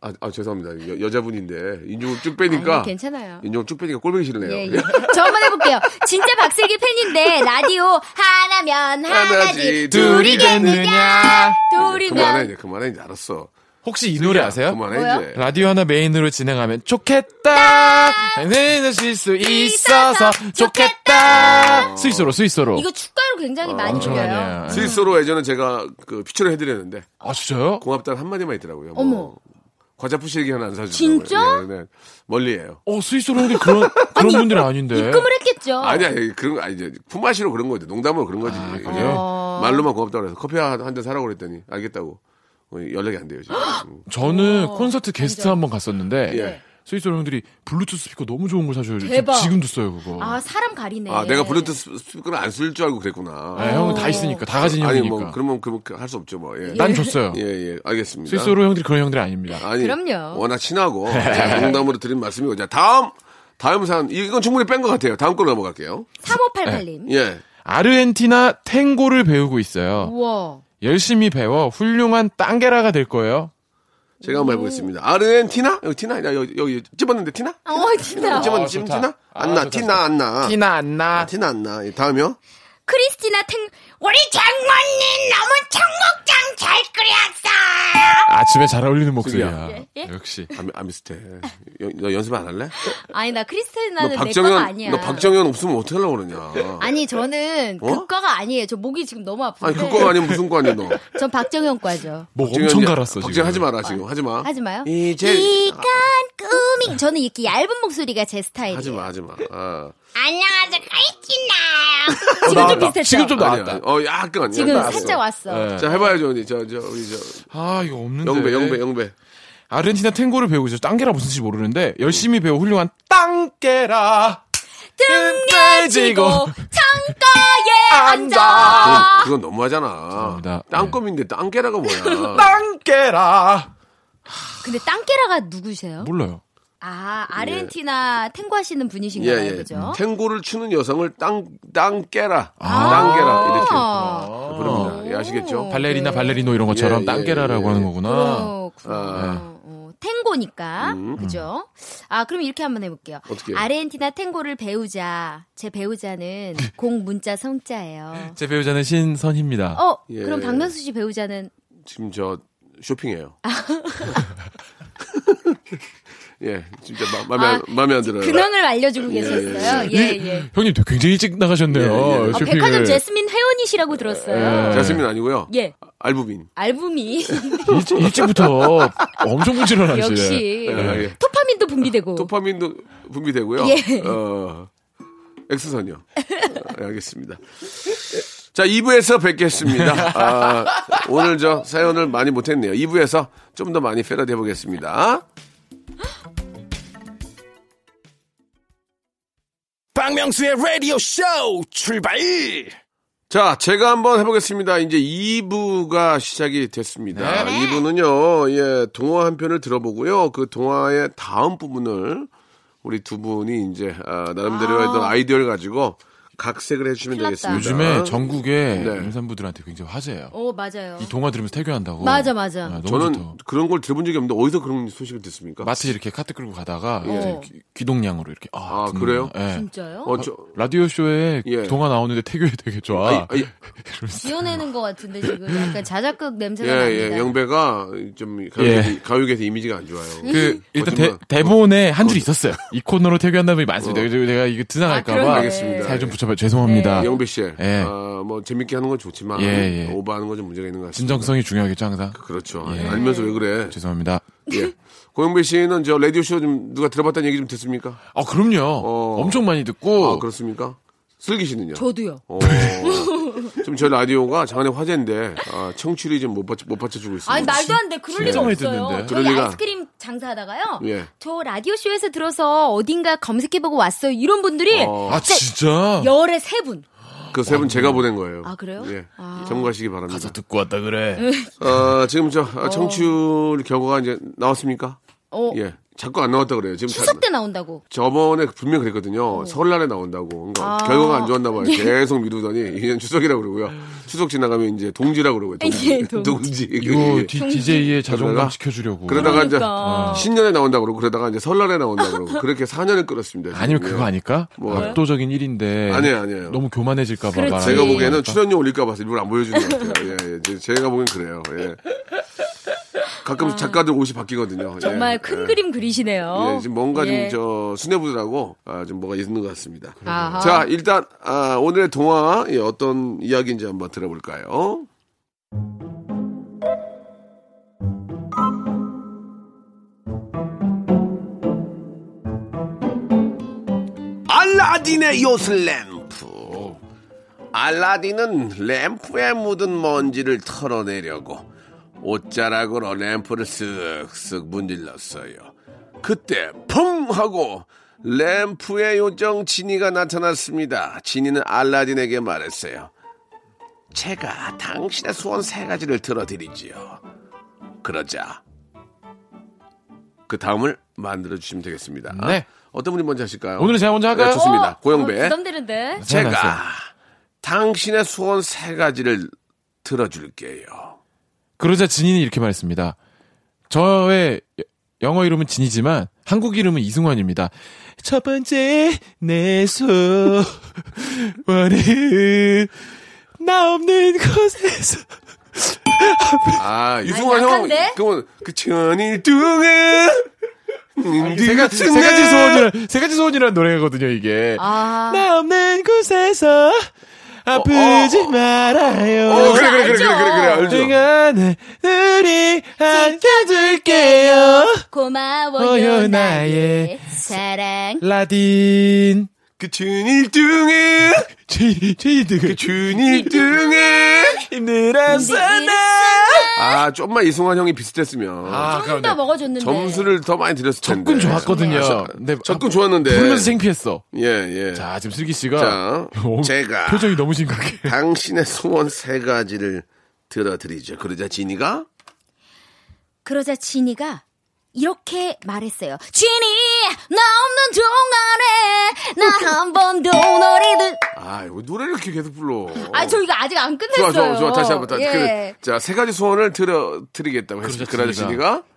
Speaker 3: 아, 아, 죄송합니다. 여, 자분인데 인중을 쭉 빼니까
Speaker 5: 아니, 어, 뭐 괜찮아요.
Speaker 3: 인중을 쭉 빼니까 꼴보기 싫네요.
Speaker 5: 예, [laughs] 예. 저 한번 해볼게요. 진짜 박슬기 팬인데 라디오 하나면
Speaker 3: 하나지,
Speaker 5: 하나지
Speaker 7: 둘이겠느냐.
Speaker 3: 그만해
Speaker 5: 둘이겠느냐
Speaker 3: 이제
Speaker 5: 둘이면
Speaker 3: 그만해 이제 알았어.
Speaker 7: 혹시 이 노래 아세요?
Speaker 3: 그만해 이제.
Speaker 7: 라디오 하나 메인으로 진행하면 좋겠다. 당신을 쉴수 있어서 좋겠다. 스위스로 스위스로.
Speaker 5: 이거 축가로 굉장히 많이
Speaker 7: 엄청
Speaker 5: 불려요.
Speaker 7: 아니에요.
Speaker 3: 스위스로 예전에 제가 그 피처를 해드렸는데
Speaker 7: 아 진짜요?
Speaker 3: 공합단 한 마디만 있더라고요. 뭐,
Speaker 5: 어머.
Speaker 3: 과자 푸시기 하나 안 사주고.
Speaker 5: 진짜?
Speaker 3: 네, 네. 멀리예요.
Speaker 7: 어 스위스로
Speaker 5: [laughs]
Speaker 7: 근데 그런 그런 분들은 아닌데.
Speaker 5: 입금을 했겠죠.
Speaker 3: 네. 아니 아니 그런 거 아니 이제 품맛이로 그런 거지 농담으로 그런 거지. 그냥 말로만 고맙다 그래서 커피 한 잔 사라고 그랬더니 알겠다고 어, 연락이 안 돼요 지금. 음.
Speaker 7: 저는
Speaker 5: 어,
Speaker 7: 콘서트 게스트 한 번 갔었는데
Speaker 3: 예.
Speaker 7: 스위스로 형들이 블루투스 스피커 너무 좋은 걸 사줘요.
Speaker 5: 대박.
Speaker 7: 지금도 써요 그거.
Speaker 5: 아, 사람 가리네.
Speaker 3: 아 내가 블루투스 스피커를 안 쓸 줄 알고 그랬구나.
Speaker 7: 네, 형은 다 있으니까 다 가진
Speaker 3: 아니
Speaker 7: 형이니까.
Speaker 3: 뭐 그러면 그러면 할 수 없죠 뭐. 예.
Speaker 7: 난 줬어요.
Speaker 3: 예, 예, 알겠습니다.
Speaker 7: 스위스로 형들이 그런 형들이 아닙니다.
Speaker 3: 아니
Speaker 5: 그럼요.
Speaker 3: 워낙 친하고
Speaker 7: [laughs]
Speaker 3: 자, 농담으로 드린 말씀이고 자 다음 다음 사람 이건 충분히 뺀 것 같아요. 다음 걸로 넘어갈게요.
Speaker 5: 3588님.
Speaker 3: 예.
Speaker 7: 아르헨티나 탱고를 배우고 있어요.
Speaker 5: 우와.
Speaker 7: 열심히 배워 훌륭한 땅게라가 될 거예요.
Speaker 3: 제가 한번 해보겠습니다. 아르헨티나? 여기 티나? 야, 여기, 여기 집었는데 티나?
Speaker 5: 어, 진짜.
Speaker 3: 집었,
Speaker 7: 아,
Speaker 3: 지금
Speaker 7: 좋다.
Speaker 3: 티나?
Speaker 7: 아,
Speaker 3: 안나,
Speaker 7: 좋다,
Speaker 3: 티나,
Speaker 7: 좋다.
Speaker 3: 안나.
Speaker 7: 티나
Speaker 5: 아.
Speaker 7: 안나.
Speaker 3: 티나, 안나. 예, 다음이요?
Speaker 5: 크리스티나 탱, 우리 장모님 너무 청국장 잘 끓였어!
Speaker 7: 아침에 잘 어울리는 목소리야.
Speaker 5: 예, 예?
Speaker 7: 역시.
Speaker 3: 안, 안 비슷해. 아, 여- 너 연습 안 할래?
Speaker 5: 아니, 나
Speaker 3: 너
Speaker 5: 크리스티나는 내 거가 아니야.
Speaker 3: 박정현, 너 박정현 없으면 어떻게 하려고 그러냐.
Speaker 5: 아니, 저는
Speaker 3: 어?
Speaker 5: 그 과가 아니에요. 저 목이 지금 너무 아픈데.
Speaker 3: 아니, 그거 아니면 무슨 거 아니야, 너.
Speaker 5: 전 박정현 과죠.
Speaker 7: 뭐
Speaker 3: 박정현
Speaker 7: 엄청
Speaker 3: 이제-
Speaker 7: 갈았어
Speaker 3: 박정현
Speaker 7: 지금.
Speaker 3: 하지 마라, 지금. 하지 마.
Speaker 5: 하지 마요.
Speaker 3: 이제. 아,
Speaker 5: 이건 꿈이. 저는 이렇게 얇은 목소리가 제 스타일이에요.
Speaker 3: 하지 마, 하지 마. 아.
Speaker 5: 안녕하세요, 크리스티나. 지금 좀 비슷했어.
Speaker 7: 지금 좀
Speaker 3: 아니야.
Speaker 7: 나왔다.
Speaker 3: 어, 약간.
Speaker 5: [laughs] 지금
Speaker 3: 약간
Speaker 5: 살짝
Speaker 3: 나왔어.
Speaker 5: 왔어.
Speaker 7: 예.
Speaker 3: 자, 해봐야죠, 언니. 저, 저, 우리 저.
Speaker 7: 아 이거 없는데.
Speaker 3: 아, 영배, 영배, 영배. 음.
Speaker 7: 아르헨티나 탱고를 배우고 있어요. 땅게라 무슨지 모르는데 열심히 배워 훌륭한 땅게라.
Speaker 5: 등에지고 창가에 앉아.
Speaker 3: 그건, 그건 너무하잖아.
Speaker 7: 죄송합니다. 네.
Speaker 3: 땅껌인데 땅깨라가
Speaker 5: [laughs]
Speaker 3: 뭐야?
Speaker 7: 땅깨라.
Speaker 5: 근데 땅깨라가
Speaker 3: 어.
Speaker 5: 누구세요?
Speaker 7: 몰라요.
Speaker 5: 아 아르헨티나 탱고 하시는 분이신가요,
Speaker 3: 예. 예예. 음,
Speaker 5: 그죠? 어,
Speaker 3: 탱고를 추는 여성을 땅 땅깨라, 땅깨라 이렇게
Speaker 5: 아,
Speaker 3: 부릅니다. 예,
Speaker 5: 어,
Speaker 3: 아시겠죠?
Speaker 7: 발레리나 발레리노 이런 것처럼
Speaker 3: 예, 예,
Speaker 7: 땅깨라라고
Speaker 3: 예, 예.
Speaker 7: 하는 거구나.
Speaker 5: 그렇구나.
Speaker 3: 아,
Speaker 5: 어, 탱고니까 그죠? 아 그럼 이렇게 한번 해볼게요.
Speaker 3: 음. 어떻게 해요?
Speaker 5: 아르헨티나 탱고를 배우자. 제 배우자는
Speaker 3: 네.
Speaker 5: 공 문자 성자예요.
Speaker 7: 제 배우자는 신선희입니다.
Speaker 5: 어
Speaker 3: 예.
Speaker 5: 그럼 박명수 씨 배우자는
Speaker 3: 지금 저 쇼핑해요. [laughs] 예, 진짜 마, 음에안 마음에 안 들어요.
Speaker 5: 아, 근황을 알려주고 계셨어요. 예예.
Speaker 7: 형님 굉장히 일찍 나가셨네요.
Speaker 3: 예, 예.
Speaker 5: 아,
Speaker 7: 쇼핑을.
Speaker 5: 백화점 제스민 회원이시라고 들었어요.
Speaker 3: 자스민 아니고요.
Speaker 5: 예.
Speaker 3: 아, 알부민.
Speaker 5: [laughs] 알붐이
Speaker 7: 일찍, 일찍부터
Speaker 5: [laughs]
Speaker 7: 엄청 부지런하시.
Speaker 5: 역시
Speaker 3: 예, 예.
Speaker 5: 토파민도 분비되고
Speaker 3: 도파민도 분비되고요.
Speaker 5: 예.
Speaker 3: 어, 엑스선이요. 어, 알겠습니다. 자, 2부에서 뵙겠습니다. 아, 오늘 저 사연을 많이 못했네요. 2부에서 좀 더 많이 패러디 해보겠습니다.
Speaker 1: 박명수의 라디오 쇼 출발!
Speaker 3: 자, 제가 한번 해보겠습니다. 이제 2부가 시작이 됐습니다.
Speaker 5: 네,
Speaker 3: 2부는요, 예, 동화 한 편을 들어보고요. 그 동화의 다음 부분을 우리 두 분이 이제, 아, 나름대로 했던 아이디어를 가지고 각색을 해주시면
Speaker 5: 큰일 났다.
Speaker 3: 되겠습니다.
Speaker 7: 요즘에 전국의
Speaker 3: 아. 네.
Speaker 7: 임산부들한테 굉장히 화제예요.
Speaker 5: 어 맞아요.
Speaker 7: 이 동화 들으면서 태교한다고.
Speaker 5: 맞아, 맞아.
Speaker 7: 아, 너무
Speaker 3: 저는 그러니까
Speaker 7: 좋다.
Speaker 3: 그런 걸 들어본 적이 없는데 어디서 그런 소식을 듣습니까?
Speaker 7: 마트 이렇게 카트 끌고 가다가
Speaker 5: 예.
Speaker 7: 이제 귀- 귀동냥으로 이렇게 아,
Speaker 3: 아,
Speaker 7: 듣는구나.
Speaker 3: 그래요?
Speaker 7: 예.
Speaker 5: 진짜요?
Speaker 3: 어, 저,
Speaker 7: 라디오 쇼에
Speaker 3: 예.
Speaker 7: 동화 나오는데 태교에 되게 좋아.
Speaker 3: 아이, 아이,
Speaker 5: 지어내는 것 같은데 [laughs] 지금 약간 자작극 냄새가
Speaker 3: 예,
Speaker 5: 납니다.
Speaker 3: 예, 영배가 좀 가요계, 가요계에서 이미지가 안 좋아요.
Speaker 5: 음.
Speaker 3: 뭐
Speaker 7: 그 예. 일단 대,
Speaker 3: 거짓말.
Speaker 7: 대본에 한 줄이 있었어요. 이 코너로 태교한다는 분이 많습니다.
Speaker 3: 어.
Speaker 7: 그래서 내가 이거
Speaker 5: 아, 그러네. 네.
Speaker 7: 드나갈까봐
Speaker 5: 알겠습니다.
Speaker 7: 살 좀 붙여봐요. 죄송합니다.
Speaker 3: 영배 씨,
Speaker 7: 예.
Speaker 3: 아, 뭐 재밌게 하는 건 좋지만
Speaker 7: 예, 예.
Speaker 3: 오버하는 건 좀 문제가 있는 것 같습니다.
Speaker 7: 진정성이 중요하겠죠 항상.
Speaker 3: 그렇죠.
Speaker 7: 예.
Speaker 3: 알면서 왜 그래?
Speaker 7: 죄송합니다.
Speaker 3: 예. 고영배 씨는 저 라디오 쇼좀 누가 들어봤다는 얘기 좀 듣습니까?
Speaker 7: 아 그럼요.
Speaker 3: 어.
Speaker 7: 엄청 많이 듣고
Speaker 3: 아 그렇습니까? 슬기 씨는요?
Speaker 5: 저도요.
Speaker 3: 어, 지금 저희 라디오가 장안의 화제인데 아, 청취율이 좀 못 받쳐 못 받쳐주고 있습니다.
Speaker 5: 아니 말도 안 돼. 그럴 리가
Speaker 7: 신경을
Speaker 5: 없어요.
Speaker 7: 듣는데.
Speaker 5: 저희
Speaker 3: 그럴 리가.
Speaker 5: 아이스크림 장사하다가요.
Speaker 3: 그러니까. 예.
Speaker 5: 저 라디오 쇼에서 들어서 어딘가 검색해보고 왔어요. 이런 분들이
Speaker 3: 어.
Speaker 7: 아 진짜.
Speaker 5: 열에 세 분.
Speaker 3: 그 세 분 제가 보낸 거예요.
Speaker 5: 아, 그래요?
Speaker 3: 예.
Speaker 5: 아.
Speaker 3: 참고하시기 바랍니다.
Speaker 7: 가서 듣고 왔다 그래.
Speaker 5: 음.
Speaker 3: 어, 지금 저 아, 청취율 결과가 이제 나왔습니까?
Speaker 5: 어,
Speaker 3: 예. 자꾸 안 나왔다 그래요. 지금
Speaker 5: 추석
Speaker 3: 자-
Speaker 5: 때 나온다고.
Speaker 3: 저번에 분명 그랬거든요. 설날에 나온다고. 그러니까
Speaker 5: 네. 아. 네.
Speaker 3: 결과가 안 좋았나 봐요. 계속 미루더니 이제 추석이라고 그러고요. 추석 지나가면 이제 동지라고 그러고요.
Speaker 5: 예,
Speaker 3: [laughs] 동지.
Speaker 5: 동지.
Speaker 3: 동지.
Speaker 7: 이거
Speaker 3: 예.
Speaker 7: DJ의
Speaker 3: 그러다가-
Speaker 7: 자존감 지켜주려고.
Speaker 3: 그러다가 이제
Speaker 5: 그러니까.
Speaker 3: 신년에 나온다고 그러고 그러다가 이제 설날에 나온다고 그러고 그렇게 4년을 끌었습니다. 지금요.
Speaker 7: 아니면 그거 아닐까?
Speaker 3: 뭐, 뭐요?
Speaker 7: 압도적인 일인데.
Speaker 3: 아니에요, 아니에요.
Speaker 7: 너무 교만해질까봐.
Speaker 5: 그렇지.
Speaker 7: 말하는
Speaker 3: 제가
Speaker 5: 아니에요.
Speaker 3: 보기에는
Speaker 7: 거니까.
Speaker 3: 출연료 올릴까 봐서 일부러 안 보여주는 것 같아요. 예, 예. 제- 제가 보기엔 그래요. 예. 가끔 작가들 옷이 바뀌거든요. 예.
Speaker 5: 아. 정말 큰
Speaker 3: 예.
Speaker 5: 그림 그리시네요.
Speaker 3: 예, 지금 뭔가
Speaker 5: 예.
Speaker 3: 좀저 수뇌부들하고 아, 좀 뭐가 있는 것 같습니다.
Speaker 5: 아하.
Speaker 3: 자, 일단 아, 오늘의 동화 예, 어떤 이야기인지 한번 들어볼까요? 알라딘의 요술 램프. 알라딘은 램프에 묻은 먼지를 털어내려고 옷자락으로 램프를 쓱쓱 문질렀어요. 그때 펑 하고 램프의 요정 지니가 나타났습니다. 지니는 알라딘에게 말했어요. 제가 당신의 소원 세 가지를 들어드리지요. 그러자 그 다음을 만들어 주시면 되겠습니다.
Speaker 7: 네.
Speaker 3: 어떤 분이 먼저 하실까요?
Speaker 7: 오늘은 제가 먼저 할까요?
Speaker 3: 네, 좋습니다.
Speaker 5: 어, 어,
Speaker 3: 고영배.
Speaker 5: 부담되는데.
Speaker 3: 제가
Speaker 7: 생각났어요.
Speaker 3: 당신의 소원 세 가지를 들어줄게요.
Speaker 7: 그러자 진이는 이렇게 말했습니다. 저의 여- 영어 이름은 진이지만 한국 이름은 이승환입니다. 첫 번째 내 소원은 나 없는 곳에서
Speaker 3: 아, 이승환 형.
Speaker 5: 약한데?
Speaker 3: 그건 그 천일 둥은
Speaker 7: 세 가지, 세 가지 소원이란 세 가지 소원이란 노래거든요 이게.
Speaker 5: 아.
Speaker 7: 나 없는 곳에서 아프지
Speaker 3: 어, 어.
Speaker 7: 말아요.
Speaker 3: 어, 그래, 그래, 그래, 그래, 그래, 그래, 알죠.
Speaker 7: 내가 늘 우리 안겨줄게요.
Speaker 5: 고마워요
Speaker 7: 어여,
Speaker 5: 나의
Speaker 7: 나의
Speaker 5: 사랑.
Speaker 7: 라딘
Speaker 3: 그춘 1등에
Speaker 7: 제이 제이 등.
Speaker 3: 그춘 1등에
Speaker 7: 힘들었어.
Speaker 5: 네,
Speaker 3: 아 좀만 이승환 형이 비슷했으면
Speaker 7: 아,
Speaker 5: 조금 더 먹어줬는데.
Speaker 3: 점수를 더 많이 드렸을 텐데
Speaker 7: 접근 좋았거든요.
Speaker 3: 아,
Speaker 7: 네,
Speaker 3: 접근 좋았는데
Speaker 7: 부르면서 창피했어.
Speaker 3: 예예 자,
Speaker 7: 자, 지금 슬기 씨가 오,
Speaker 3: 제가
Speaker 7: 표정이 너무 심각해.
Speaker 3: 당신의 소원 세 가지를 들어드리죠 그러자 진이가
Speaker 5: 그러자 진이가 이렇게 말했어요. 진이, 나 없는 [laughs] 동안에 나 한 번도 너를
Speaker 3: 아 이거 노래를 이렇게 계속 불러
Speaker 5: 아, 저 이거 아직 안 끝냈어요.
Speaker 3: 좋아 좋아 좋아 다시 한번 그 다시
Speaker 5: 예.
Speaker 3: 자세 가지 소원을 들어 드리겠다고 했습니다 그러자
Speaker 7: 진이가.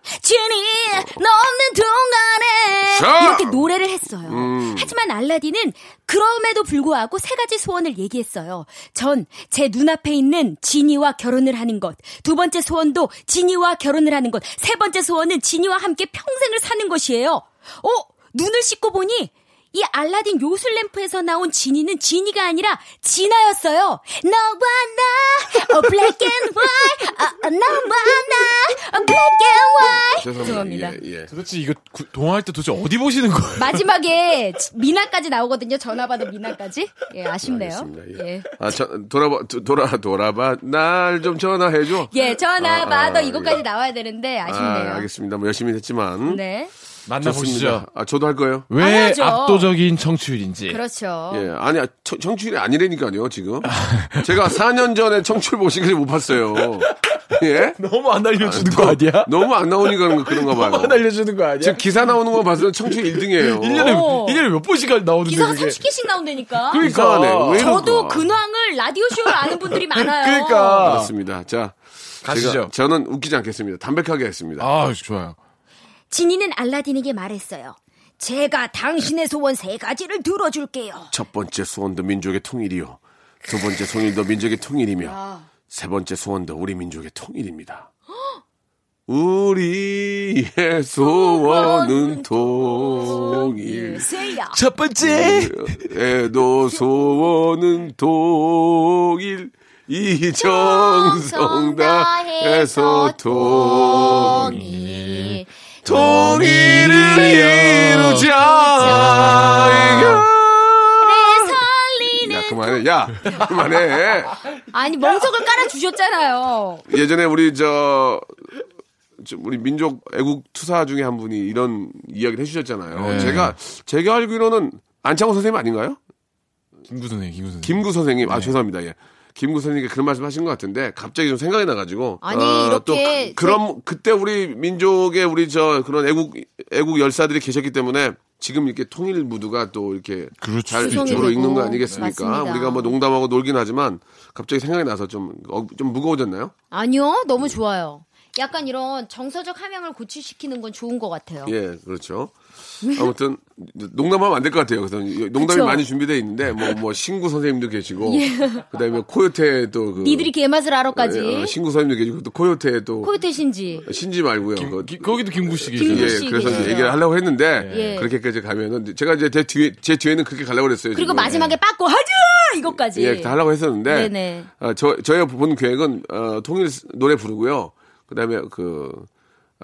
Speaker 3: 진이가
Speaker 5: 진이 너 없는 동안에
Speaker 3: 자!
Speaker 5: 이렇게 노래를 했어요.
Speaker 3: 음.
Speaker 5: 하지만 알라딘은 그럼에도 불구하고 세 가지 소원을 얘기했어요. 전 제 눈앞에 있는 진이와 결혼을 하는 것. 두 번째 소원도 진이와 결혼을 하는 것. 세 번째 소원은 진이와 함께 평생을 사는 것이에요. 어, 눈을 씻고 보니 이 알라딘 요술램프에서 나온 진이는 진이가 아니라 진아였어요. 너와 나, 어, black and white, 어, 어, 너와 나, 어, black and white.
Speaker 3: 죄송합니다
Speaker 5: 죄송합니다.
Speaker 3: 예, 예.
Speaker 7: 도대체 이거 구- 동화할 때 도대체 어디 보시는 거예요?
Speaker 5: 마지막에 지- 미나까지 나오거든요. 전화 받은 미나까지. 예, 아쉽네요.
Speaker 3: 알겠습니다. 예.
Speaker 5: 예.
Speaker 3: 아, 저, 돌아봐, 도- 돌아, 돌아봐. 날 좀 전화해줘.
Speaker 5: 예, 전화
Speaker 3: 아,
Speaker 5: 받아
Speaker 3: 아,
Speaker 5: 이거까지
Speaker 3: 예.
Speaker 5: 나와야 되는데 아쉽네요.
Speaker 3: 아, 알겠습니다. 뭐 열심히 했지만.
Speaker 5: 네.
Speaker 7: 만나보시죠.
Speaker 3: 좋습니다. 아, 저도 할 거예요.
Speaker 7: 왜
Speaker 5: 당연하죠.
Speaker 7: 압도적인 청취율인지.
Speaker 5: 그렇죠.
Speaker 3: 예, 아니, 아, 청- 청취율이 아니라니까요, 지금. 제가 4년 전에 청취율 보시길 못 봤어요. 예?
Speaker 7: 너무 안 알려주는 거 아니야?
Speaker 3: 너무 안 나오니까 그런- 그런가 [laughs]
Speaker 7: 너무 안
Speaker 3: 봐요.
Speaker 7: 알려주는 거 아니야?
Speaker 3: 지금 기사 나오는 거 봐서 청취율 1등이에요.
Speaker 7: 1년에,
Speaker 5: 어.
Speaker 7: 일년에몇 번씩 나오는데.
Speaker 5: 기사가
Speaker 7: 그게.
Speaker 5: 30개씩 나온다니까.
Speaker 3: 그러니까. 이상하네. 왜 이럴까?
Speaker 5: 저도 근황을 라디오쇼로 아는 분들이 많아요.
Speaker 7: 그러니까.
Speaker 3: 그렇습니다. 자.
Speaker 7: 가시죠.
Speaker 3: 제가, 저는 웃기지 않겠습니다. 담백하게 하겠습니다.
Speaker 7: 아, 좋아요.
Speaker 5: 진이는 알라딘에게 말했어요. 제가 당신의 소원 세 가지를 들어줄게요.
Speaker 3: 첫 번째 소원도 민족의 통일이요. 두 번째 소원도 민족의 통일이며 세 번째 소원도 우리 민족의 통일입니다. 우리의 소원은 통일.
Speaker 5: 예, 세야.
Speaker 7: 첫 번째.
Speaker 3: 에도 소원은 통일. 이 정성 다해서 통
Speaker 5: 통일.
Speaker 3: 통일을 이루자.
Speaker 5: 살리는.
Speaker 3: 야 그만해. 야 그만해.
Speaker 5: 아니 멍석을 깔아 주셨잖아요.
Speaker 3: 예전에 우리 저, 저 우리 민족 애국 투사 중에 한 분이 이런 이야기를 해주셨잖아요.
Speaker 7: 네.
Speaker 3: 제가 제가 알기로는 안창호 선생님 아닌가요?
Speaker 7: 김구 선생님, 김구 선생님.
Speaker 3: 김구 선생님
Speaker 5: 네.
Speaker 3: 아 죄송합니다. 예. 김구 선생님께 그런 말씀하신 것 같은데 갑자기 좀 생각이 나가지고
Speaker 5: 아니,
Speaker 3: 어,
Speaker 5: 이렇게
Speaker 3: 또
Speaker 5: 제-
Speaker 3: 그, 런 그때 우리 민족의 우리 저 그런 애국 애국 열사들이 계셨기 때문에 지금 이렇게 통일 무드가 또 이렇게
Speaker 7: 그렇죠.
Speaker 3: 잘
Speaker 5: 수성이
Speaker 3: 주로
Speaker 5: 되고.
Speaker 3: 읽는 거 아니겠습니까?
Speaker 5: 맞습니다.
Speaker 3: 우리가 뭐 농담하고 놀긴 하지만 갑자기 생각이 나서 좀좀 어, 좀 무거워졌나요?
Speaker 5: 아니요, 너무 좋아요. 약간 이런 정서적 함양을 고취시키는 건 좋은 것 같아요.
Speaker 3: 예, 그렇죠. 아무튼 농담하면 안 될 것 같아요. 그래서 농담이
Speaker 5: 그쵸. 예.
Speaker 3: 많이 준비돼 있는데 뭐 뭐 신구 선생님도 계시고 그다음에 코요테 또그
Speaker 5: 니들이 개맛을 알아까지
Speaker 3: 예, 어, 신구 선생님도 계시고 또 코요테 또
Speaker 5: 코요태신지
Speaker 3: 신지 말고요. 그-
Speaker 7: 기- 거기도 김구 씨
Speaker 5: 김구
Speaker 3: 예,
Speaker 7: 계시죠?
Speaker 5: 씨
Speaker 3: 그래서
Speaker 5: 계시죠.
Speaker 3: 이제 얘기를 하려고 했는데
Speaker 5: 예.
Speaker 3: 그렇게까지 가면은 제가 이제 제 뒤에 제 뒤에는 그렇게 가려고 그랬어요.
Speaker 5: 그리고
Speaker 3: 지금.
Speaker 5: 마지막에 빠꾸 하죠 이것까지.
Speaker 3: 예, 다 하려고 했었는데
Speaker 5: 네네.
Speaker 3: 어, 저 저희 본 계획은 어, 통일 노래 부르고요. 그다음에 그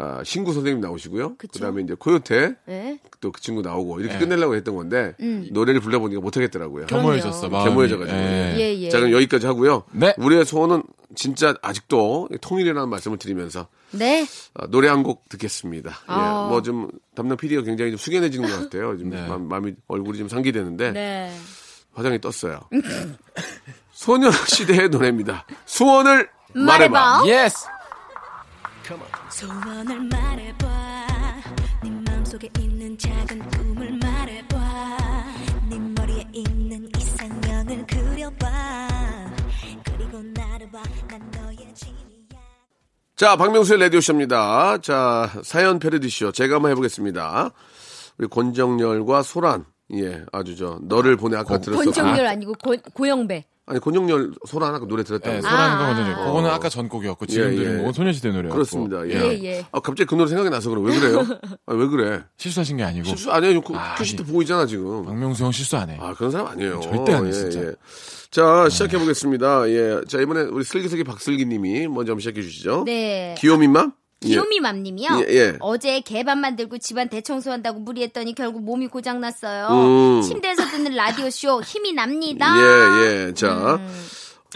Speaker 3: 아, 신구 선생님 나오시고요.
Speaker 5: 그쵸.
Speaker 3: 다음에 이제 코요테
Speaker 5: 예? 음.
Speaker 3: 또 그 친구 나오고
Speaker 7: 예.
Speaker 3: 이렇게 끝내려고 했던 건데 노래를 불러보니까 못하겠더라고요.
Speaker 7: 겸허해졌어. 마음이.
Speaker 3: 개모해져가지고.
Speaker 7: 예.
Speaker 5: 예, 예.
Speaker 3: 자 그럼 여기까지 하고요.
Speaker 7: 네.
Speaker 3: 우리의 소원은 진짜 아직도 통일이라는 말씀을 드리면서
Speaker 5: 네.
Speaker 3: 어, 노래 한 곡 듣겠습니다.
Speaker 5: 아.
Speaker 3: 예. 뭐 좀 담당 PD가 굉장히 좀 숙연해지는 것 같아요. 지금
Speaker 7: 네.
Speaker 3: 마- 마음이 얼굴이 좀 상기되는데
Speaker 5: 네. 음.
Speaker 3: 화장이 떴어요. 소녀시대의 노래입니다. 소원을 말해봐.
Speaker 5: 말해봐.
Speaker 7: 예스.
Speaker 8: 소원을 말해봐 네 마음속에 있는 작은 꿈을 말해봐 네 머리에 있는 이상형을 그려봐 그리고 나를 봐난 너의 진이야
Speaker 3: 자, 박명수의 라디오쇼입니다. 자, 사연 패러디쇼. 제가 한번 해보겠습니다. 우리 권정열과 소란. 예, 아주 저, 너를 보내 아까 들었어.
Speaker 5: 권정열 아니고 고, 고영배.
Speaker 3: 아, 니 권정열 소란 아까 노래 들었다고.
Speaker 7: 예,
Speaker 3: 요
Speaker 7: 소라는 거
Speaker 5: 아.
Speaker 7: 먼저. 읽고. 그거는 아까 전곡이었고, 지금
Speaker 3: 예,
Speaker 7: 들은
Speaker 3: 예.
Speaker 7: 건 소녀시대 노래였고.
Speaker 3: 그렇습니다. 예.
Speaker 5: 예, 예.
Speaker 3: 아, 갑자기 그 노래 생각이 나서 그럼 왜 그래요? 아, 왜 그래?
Speaker 7: 실수하신 게 아니고.
Speaker 3: 실수 아니에요. 그,
Speaker 7: 아,
Speaker 3: 큐시트
Speaker 7: 예.
Speaker 3: 보고 있잖아, 지금.
Speaker 7: 박명수 형 실수 안 해.
Speaker 3: 아, 그런 사람 아니에요. 예,
Speaker 7: 음, 절대 아니에요, 진짜.
Speaker 3: 자, 시작해보겠습니다. 예. 자, 이번에 우리 슬기슬기 박슬기 님이 먼저 한번 시작해주시죠.
Speaker 5: 네.
Speaker 3: 귀요민맘?
Speaker 5: 귀요미맘님이요.
Speaker 3: 예, 예.
Speaker 5: 어제 개밥 만들고 집안 대청소한다고 무리했더니 결국 몸이 고장났어요.
Speaker 3: 음.
Speaker 5: 침대에서 듣는 라디오 쇼 힘이 납니다.
Speaker 3: 예, 예. 자,
Speaker 5: 음.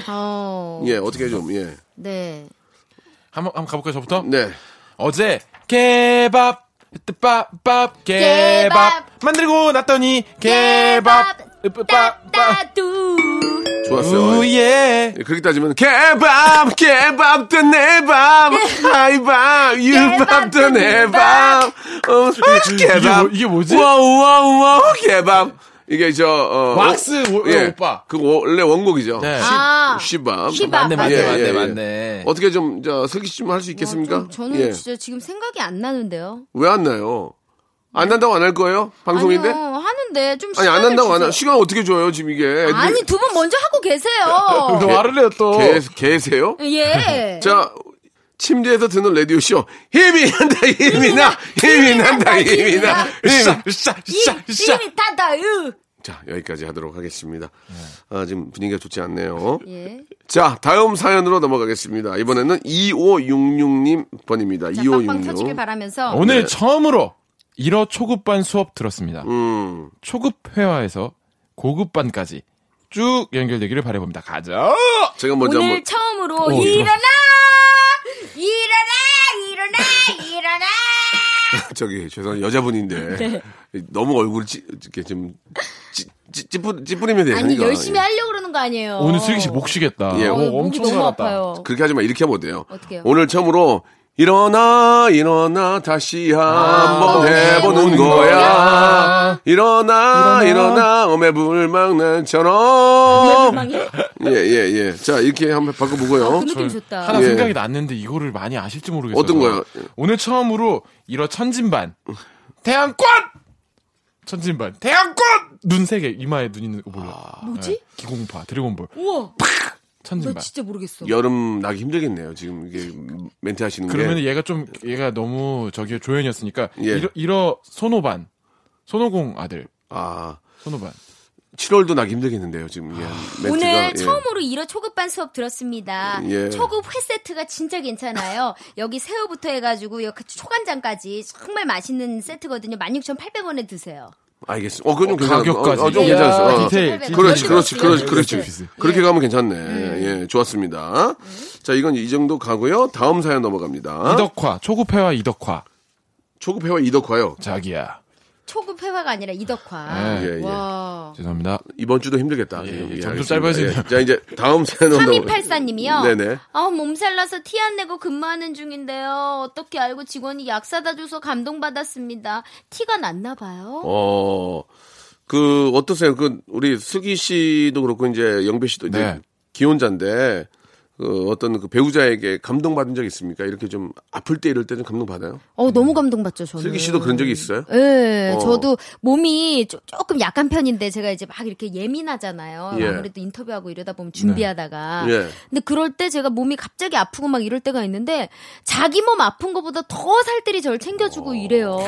Speaker 5: 어,
Speaker 3: 예, 어떻게 좀, 예.
Speaker 5: 네.
Speaker 7: 한번 한번 가볼까요 저부터?
Speaker 3: 네.
Speaker 7: 어제 개밥 뜨밥밥 개밥
Speaker 5: 개밥.
Speaker 7: 만들고 났더니 개밥 뜨밥밥
Speaker 5: 따따뚜.
Speaker 3: 좋았어요.
Speaker 7: 음. 우예
Speaker 3: 예, 그렇게 따지면 개밥 개밥도 내밥 하이밥 유밥도
Speaker 5: 네. 개밥도 내
Speaker 3: 내밥 어, 개밥
Speaker 7: 뭐- 이게 뭐지?
Speaker 3: 와우와우와우 개밥 이게 저 어,
Speaker 7: 왁스
Speaker 3: 오-
Speaker 7: 오- 오빠.
Speaker 3: 그 원래 원곡이죠
Speaker 7: 네.
Speaker 5: 아.
Speaker 3: 쉬밥
Speaker 5: 쉬밥.
Speaker 7: 맞네 맞네
Speaker 5: 예,
Speaker 7: 맞네
Speaker 3: 예, 예.
Speaker 7: 맞네
Speaker 3: 어떻게 좀저 슬기 씨좀할 수 있겠습니까?
Speaker 5: 뭐 아, 좀 저는
Speaker 3: 예.
Speaker 5: 진짜 지금 생각이 안 나는데요.
Speaker 3: 왜 안 나요? 안 난다고 안 할 거예요? 방송인데?
Speaker 5: 네. 아니요, 어, 하는데 좀
Speaker 3: 아니, 안
Speaker 5: 시간을
Speaker 3: 난다고 안 하.
Speaker 5: 주세요.
Speaker 3: 시간 어떻게 줘요 지금 이게? 애들이
Speaker 5: 아니 두 분 먼저 하고
Speaker 7: 너
Speaker 3: [laughs]
Speaker 5: 계세요.
Speaker 7: 화를 내요 또
Speaker 3: 개 개세요?
Speaker 5: 예.
Speaker 3: 자, 침대에서 듣는 라디오 쇼 힘이 난다 힘이 나 힘이 난다 힘이 나
Speaker 5: 예,
Speaker 3: 힘이 나.
Speaker 5: 이-
Speaker 7: 으쌰으쌰으쌰
Speaker 5: 이미 다다유.
Speaker 3: 자 여기까지 하도록 하겠습니다. 아 지금 분위기가 좋지 않네요.
Speaker 5: 예.
Speaker 3: 자 다음 사연으로 넘어가겠습니다. 이번에는 2566님 번입니다.
Speaker 5: 자, 빵빵 터지길
Speaker 3: 2566.
Speaker 5: 바라면서
Speaker 7: 오늘 처음으로 1어 초급반 수업 들었습니다
Speaker 3: 음,
Speaker 7: 초급 회화에서 고급반까지 쭉 연결되기를 바라봅니다 가자
Speaker 3: 제가 먼저
Speaker 5: 오늘
Speaker 3: 한번 예.
Speaker 5: 처음으로
Speaker 7: 오,
Speaker 5: 일어나! 일어나! 일어나! 일어나!
Speaker 3: 아, 저기 죄송
Speaker 5: [laughs]
Speaker 3: 여자분인데
Speaker 5: 네.
Speaker 3: 너무 얼굴 찌, 이렇게 좀 찌, 찌, 찌뿌, 찌뿌리면 돼요.
Speaker 5: 아니
Speaker 3: 그러니까.
Speaker 5: 열심히 하려고 그러는 거 아니에요.
Speaker 7: 오늘 슬기 씨 목 쉬겠다
Speaker 3: 예,
Speaker 5: 어,
Speaker 7: 어,
Speaker 3: 오늘
Speaker 5: 목이
Speaker 7: 엄청
Speaker 5: 너무
Speaker 7: 살았다
Speaker 5: 아파요.
Speaker 3: 그렇게 하지 마. 이렇게 하면 어때요?
Speaker 5: 어떡해요?
Speaker 3: 오늘 처음으로 일어나 일어나 다시
Speaker 5: 아,
Speaker 3: 한번 해보는
Speaker 5: 해보는
Speaker 3: 거야.
Speaker 5: 아.
Speaker 7: 거야.
Speaker 3: 일어나 일어나,
Speaker 7: 일어나.
Speaker 3: 어매불망난처럼.
Speaker 5: 방에?
Speaker 3: 예예 예. 자 이렇게 한번
Speaker 5: 아,
Speaker 3: 바꿔보고요.
Speaker 5: 그 느낌 좋다.
Speaker 7: 하나
Speaker 3: 예.
Speaker 7: 생각이 났는데 이거를 많이 아실지 모르겠어요.
Speaker 3: 어떤 거요?
Speaker 7: 오늘 처음으로 이러 천진반 태양권 천진반 태양권 눈 세 개 이마에 눈 있는 거 몰라.
Speaker 5: 아. 뭐지?
Speaker 7: 네, 기공파 드래곤볼
Speaker 3: 네.
Speaker 5: 우와, 나
Speaker 7: 천진반.
Speaker 5: 진짜 모르겠어.
Speaker 3: 여름 나기 힘들겠네요. 지금 이게 멘트 하시는 게.
Speaker 7: 그러면 얘가 좀 얘가 너무 저기 조연이었으니까
Speaker 3: 예.
Speaker 7: 이러, 이러 손오반 손오공 아들
Speaker 3: 아
Speaker 7: 손오반
Speaker 3: 7월도 나기 힘들겠는데요. 지금 이게 멘트가.
Speaker 5: 오늘
Speaker 3: 예.
Speaker 5: 처음으로 1호 초급반 수업 들었습니다.
Speaker 3: 예.
Speaker 5: 초급 회 세트가 진짜 괜찮아요. 여기 새우부터 해가지고 여기 그 초간장까지 정말 맛있는 세트거든요. 16,800원에 드세요.
Speaker 3: 알겠습니다. 어, 그건 좀
Speaker 7: 어,
Speaker 3: 괜찮,
Speaker 7: 가격까지.
Speaker 3: 어, 어, 좀
Speaker 5: 예.
Speaker 3: 괜찮았어. 어.
Speaker 7: 디테일, 디테일.
Speaker 3: 그렇지, 그렇지, 그렇지,
Speaker 5: 예.
Speaker 3: 그렇지.
Speaker 7: 예. 음.
Speaker 3: 그렇게 가면 괜찮네. 예, 좋았습니다. 자, 이건 이 정도 가고요. 다음 사연 넘어갑니다.
Speaker 7: 이덕화 초급회와 이덕화
Speaker 3: 초급회와 이덕화요.
Speaker 7: 자기야
Speaker 5: 초급 회화가 아니라 이덕화.
Speaker 3: 예, 예.
Speaker 5: 와.
Speaker 7: 죄송합니다.
Speaker 3: 이번 주도 힘들겠다.
Speaker 7: 예,
Speaker 3: 지금.
Speaker 7: 예, 점점
Speaker 3: 알겠습니다.
Speaker 7: 짧아지네요.
Speaker 3: 자, 이제 다음 사연 넘어갑니다.
Speaker 5: 3284님이요.
Speaker 3: 네네.
Speaker 5: 아, 몸살나서 티 안 내고 근무하는 중인데요. 어떻게 알고 직원이 약 사다 줘서 감동받았습니다. 티가 났나 봐요.
Speaker 3: 어, 그, 어떠세요? 그, 우리 슬기 씨도 그렇고, 이제 영배 씨도 이제
Speaker 7: 네.
Speaker 3: 기혼자인데, 그 어떤 그 배우자에게 감동받은 적 있습니까? 이렇게 좀 아플 때 이럴 때 좀 감동받아요?
Speaker 5: 어, 너무 감동받죠, 저는.
Speaker 3: 슬기 씨도 그런 적이 있어요?
Speaker 5: 예,
Speaker 3: 어.
Speaker 5: 저도 몸이 조, 금 약한 편인데 제가 이제 막 이렇게 예민하잖아요.
Speaker 3: 예.
Speaker 5: 아무래도 인터뷰하고 이러다 보면 준비하다가.
Speaker 7: 네.
Speaker 3: 예.
Speaker 5: 근데 그럴 때 제가 몸이 갑자기 아프고 막 이럴 때가 있는데 자기 몸 아픈 것보다 더 살들이 저를 챙겨주고 이래요.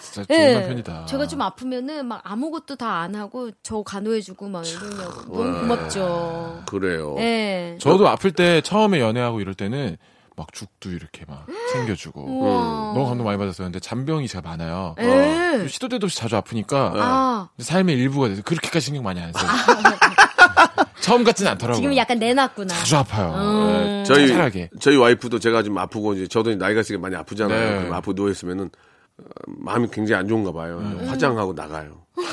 Speaker 7: 진짜
Speaker 5: 예.
Speaker 7: 좋은 남편이다.
Speaker 5: 제가 좀 아프면은 막 아무것도 다 안 하고 저 간호해주고 막 이러냐고
Speaker 7: 네.
Speaker 5: 너무 고맙죠.
Speaker 7: 어.
Speaker 3: 그래요.
Speaker 5: 예.
Speaker 7: 저도 아플 때 처음에 연애하고 이럴 때는 막 죽도 이렇게 막 챙겨주고
Speaker 5: 음. 우와.
Speaker 7: 음. 너무 감동 많이 받았어요. 근데 잔병이 제가 많아요.
Speaker 5: 예.
Speaker 7: 시도 때도 없이 자주 아프니까
Speaker 5: 아.
Speaker 7: 삶의 일부가 돼서 그렇게까지 신경 많이 안 써요. [laughs] 처음 같진 않더라고요.
Speaker 5: 아. 지금 약간 내놨구나.
Speaker 7: 자주 아파요.
Speaker 5: 음.
Speaker 7: 예,
Speaker 3: 네, 저희
Speaker 7: 짜잘하게.
Speaker 3: 저희 와이프도 제가 좀 아프고 이제 저도 나이가 있으니까 많이 아프잖아요.
Speaker 7: 네.
Speaker 3: 그럼 아프고 누워 있으면은 어, 마음이 굉장히 안 좋은가 봐요. 화장하고 나가요.
Speaker 7: 음.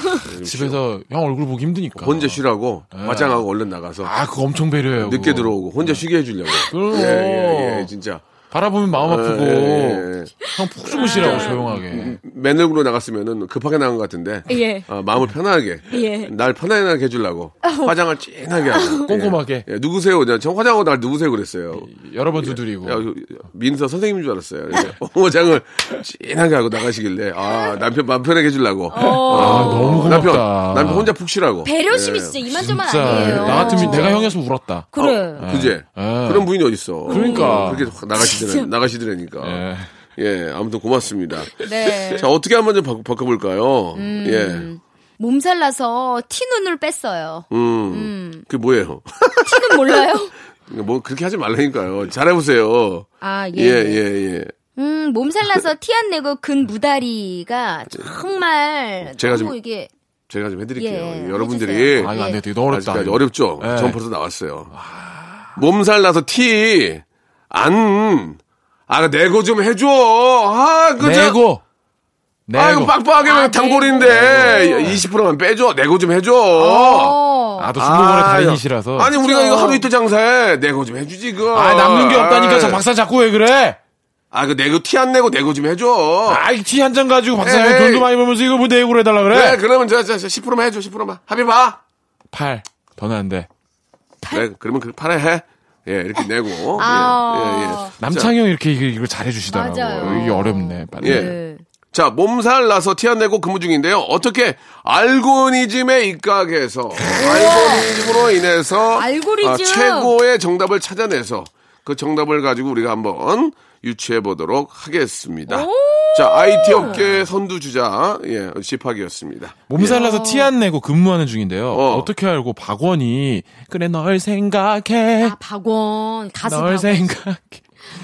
Speaker 7: 집에서 형 얼굴 보기 힘드니까.
Speaker 3: 혼자 쉬라고 화장하고 얼른 나가서
Speaker 7: 네. 아, 그거 엄청 배려해요.
Speaker 3: 늦게
Speaker 7: 그거.
Speaker 3: 들어오고 혼자 쉬게 해주려고.
Speaker 7: 그럼.
Speaker 3: 예, 예, 예, 진짜
Speaker 7: 바라보면 마음 아프고
Speaker 3: 예, 예, 예.
Speaker 7: 형 푹
Speaker 5: 아.
Speaker 7: 주무시라고 조용하게.
Speaker 3: 맨 얼굴로 나갔으면은 급하게 나간 것 같은데
Speaker 5: 예.
Speaker 3: 어, 마음을 편하게
Speaker 5: 예. 아, 어.
Speaker 3: 날 편안하게 해주려고 화장을 진하게 하고
Speaker 7: [laughs] 꼼꼼하게. 예.
Speaker 3: 예, 예, 누구세요? 그냥 저 화장하고 날 누구세요? 그랬어요.
Speaker 7: 여러 번 두드리고.
Speaker 3: 야, 그, 민서 선생님인 줄 알았어요.
Speaker 7: [laughs]
Speaker 3: 홍어장을 진하게 하고 나가시길래, 아, 남편 마음 편하게 해주려고.
Speaker 7: 아, 너무 고맙다.
Speaker 3: 남편, 남편 혼자 푹 쉬라고.
Speaker 5: 어. 배려심이
Speaker 3: 예.
Speaker 5: 진짜 이만저만
Speaker 7: 진짜
Speaker 5: 아니에요.
Speaker 7: 나 같으면
Speaker 5: 진짜.
Speaker 7: 내가 형이어서 울었다.
Speaker 5: 그래.
Speaker 3: 그제?
Speaker 7: 예.
Speaker 3: 그런 부인이 어딨어.
Speaker 7: 그러니까.
Speaker 3: 그렇게 확 나가시더라, 나가시더라니까.
Speaker 7: 예.
Speaker 3: 예. 아무튼 고맙습니다.
Speaker 5: 네. 음.
Speaker 3: 자, 어떻게 한번 좀 바꿔, 바꿔볼까요? 예.
Speaker 5: 몸살 나서 티 눈을 뺐어요. 음.
Speaker 3: 음. 그게 뭐예요? [laughs]
Speaker 5: 티는 몰라요?
Speaker 3: 뭐 그렇게 하지 말라니까요. 잘해보세요.
Speaker 5: [laughs] 아, 예.
Speaker 3: 예, 예, 예.
Speaker 5: 음, 몸살 나서 티 안 내고 근 무다리가 정말
Speaker 3: 제가
Speaker 5: 너무
Speaker 3: 좀-
Speaker 5: 이게
Speaker 3: 제가 좀 해드릴게요.
Speaker 5: 예,
Speaker 3: 여러분들이
Speaker 5: 해주세요.
Speaker 7: 아유, 안
Speaker 5: 예.
Speaker 7: 돼. 되게 너무 어렵다.
Speaker 3: 아직까지 어렵죠.
Speaker 7: 예.
Speaker 3: 전 벌써 나왔어요. 몸살 나서 티 안. 아, 내고 좀 해줘. 아, 그, 저-
Speaker 7: 내고. 내고.
Speaker 3: 아, 이거 빡빡하게
Speaker 5: 아,
Speaker 3: 단골인데 20%만 빼줘. 내고 좀 해줘.
Speaker 5: 어.
Speaker 7: 아, 또 중고거래
Speaker 3: 아,
Speaker 7: 달인이시라서.
Speaker 3: 아니, 우리가
Speaker 5: 그렇죠.
Speaker 3: 이거 하루 이틀 장사해. 내고 좀 해주지, 그거.
Speaker 7: 아, 남는 게 없다니까 저 박사 자꾸 왜 그래?
Speaker 3: 아, 그 내고 티 안 내고 내고 좀 해줘.
Speaker 7: 아이, 티 한 잔 가지고 박사
Speaker 3: 에이.
Speaker 7: 자꾸 돈도 많이 벌면서 이거 뭐 내고 그래달라 그래?
Speaker 3: 예, 네, 그래, 그러면 저, 저, 저 10%만 해줘, 10%만. 합의 봐.
Speaker 7: 팔. 더는 안 돼.
Speaker 3: 네, 그러면 그 팔에 해. 예, 이렇게 내고.
Speaker 5: 아.
Speaker 3: 예, 예, 예.
Speaker 7: 남창형 이렇게 이거, 이걸 잘해주시더라고.
Speaker 5: 맞아요.
Speaker 7: 이게 어렵네. 빨리.
Speaker 3: 예.
Speaker 5: 네.
Speaker 3: 자, 몸살 나서 티 안 내고 근무 중인데요. 어떻게 알고니즘에 입각해서 알고니즘으로 인해서
Speaker 5: 알고리즘.
Speaker 3: 아, 최고의 정답을 찾아내서 그 정답을 가지고 우리가 한번 유추해 보도록 하겠습니다. 자, IT 업계 선두 주자 예, 시팍이었습니다.
Speaker 7: 몸살 나서 티 안 내고 근무하는 중인데요.
Speaker 3: 어.
Speaker 7: 어. 떻게 알고 박원이 그래 널 생각해.
Speaker 5: 아, 박원 가수
Speaker 7: 널
Speaker 5: 박원.
Speaker 7: 생각해.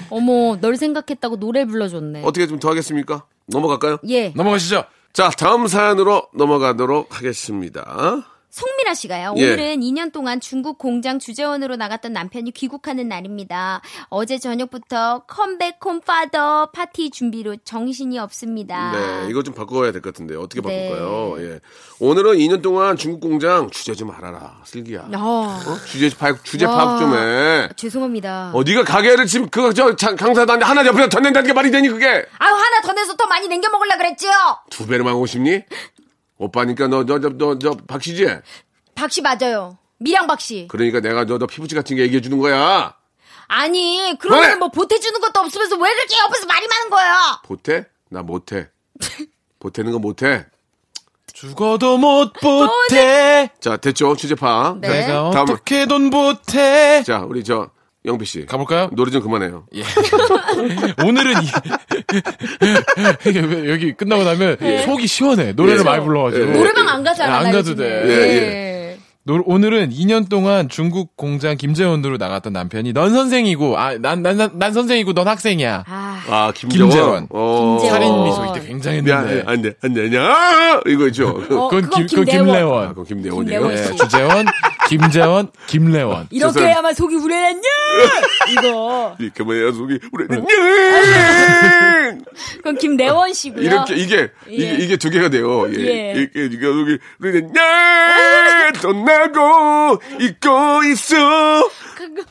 Speaker 5: 어머, 널 생각했다고 노래 불러줬네.
Speaker 3: 어떻게 좀 더 하겠습니까? 넘어갈까요?
Speaker 5: 예,
Speaker 7: 넘어가시죠.
Speaker 3: 자, 다음 사연으로 넘어가도록
Speaker 5: 아.
Speaker 3: 하겠습니다.
Speaker 5: 송미라 씨가요.
Speaker 3: 예.
Speaker 5: 오늘은 2년 동안 중국 공장 주재원으로 나갔던 남편이 귀국하는 날입니다. 어제 저녁부터 컴백 홈파더 파티 준비로 정신이 없습니다.
Speaker 3: 네, 이거 좀 바꿔야 될 것 같은데 어떻게
Speaker 5: 네.
Speaker 3: 바꿀까요? 예. 오늘은 2년 동안 중국 공장 주제 좀 알아라, 슬기야.
Speaker 5: 어,
Speaker 3: 어? 주제 파악, 주제
Speaker 5: 와.
Speaker 3: 파악 좀 해.
Speaker 5: 죄송합니다.
Speaker 3: 어, 네가 가게를 지금 그저 강사다는데 하나 옆에다 던진다는 게 말이 되니 그게
Speaker 5: 아유 하나 더 내서 더 많이 남겨 먹으려 그랬지요.
Speaker 3: 두 배로 하고 싶니? 오빠니까 너 너 너 너 박씨지?
Speaker 5: 박씨 맞아요. 미량 박씨.
Speaker 3: 그러니까 내가 너 너 피부지 같은 게 얘기해 주는 거야.
Speaker 5: 아니
Speaker 3: 왜?
Speaker 5: 그러면 뭐 보태주는 것도 없으면서 왜 이렇게 옆에서 말이 많은 거예요?
Speaker 3: 보태? 나 못해. 보태는 거 못해.
Speaker 7: 죽어도 못 보태.
Speaker 3: 자 됐죠 주제 파악.
Speaker 5: 네.
Speaker 7: 내가
Speaker 3: 다음.
Speaker 7: 어떻게 돈 보태.
Speaker 3: 자 우리 저 영비 씨
Speaker 7: 가볼까요?
Speaker 3: 노래 좀 그만해요.
Speaker 7: 예. 오늘은 이- 이게 왜 [laughs] 여기 끝나고 나면 속이 시원해. 노래를
Speaker 3: 예.
Speaker 7: 많이 불러가지고.
Speaker 3: 예.
Speaker 5: 노래방 안 가잖아.
Speaker 7: 안 가도 돼.
Speaker 3: 예, 예.
Speaker 7: 노- 오늘은 2년 동안 중국 공장 김재원으로 나갔던 남편이 넌 선생이고 아 난 난 난 선생이고 넌 학생이야.
Speaker 5: 아,
Speaker 3: 아 김재원.
Speaker 7: 김재원.
Speaker 3: 어.
Speaker 5: 김재원.
Speaker 7: 살인 미소 이때 굉장했는데.
Speaker 3: 안돼 안돼 안돼 아! 이거 있죠.
Speaker 5: 어, 네,
Speaker 7: 그건,
Speaker 5: 그건
Speaker 7: 김, 그건
Speaker 3: 아,
Speaker 7: 김래원.
Speaker 3: 그건 김대원이에요.
Speaker 5: 김대원.
Speaker 7: 예,
Speaker 5: 씨. [laughs]
Speaker 7: 주재원, 김재원, 김래원.
Speaker 5: 이렇게
Speaker 3: 죄송합니다.
Speaker 5: 해야만 속이 우려했냐? 이거.
Speaker 3: 이 그만해야 속이 우리
Speaker 5: 네. 아, 그건 김내원 씨고요.
Speaker 3: 이렇게 이게
Speaker 5: 예.
Speaker 3: 이게, 이게 두 개가 돼요. 예.
Speaker 5: 예.
Speaker 3: 이게 이게 여기 우리는 야 떠나고 있고 있어.
Speaker 5: 그거-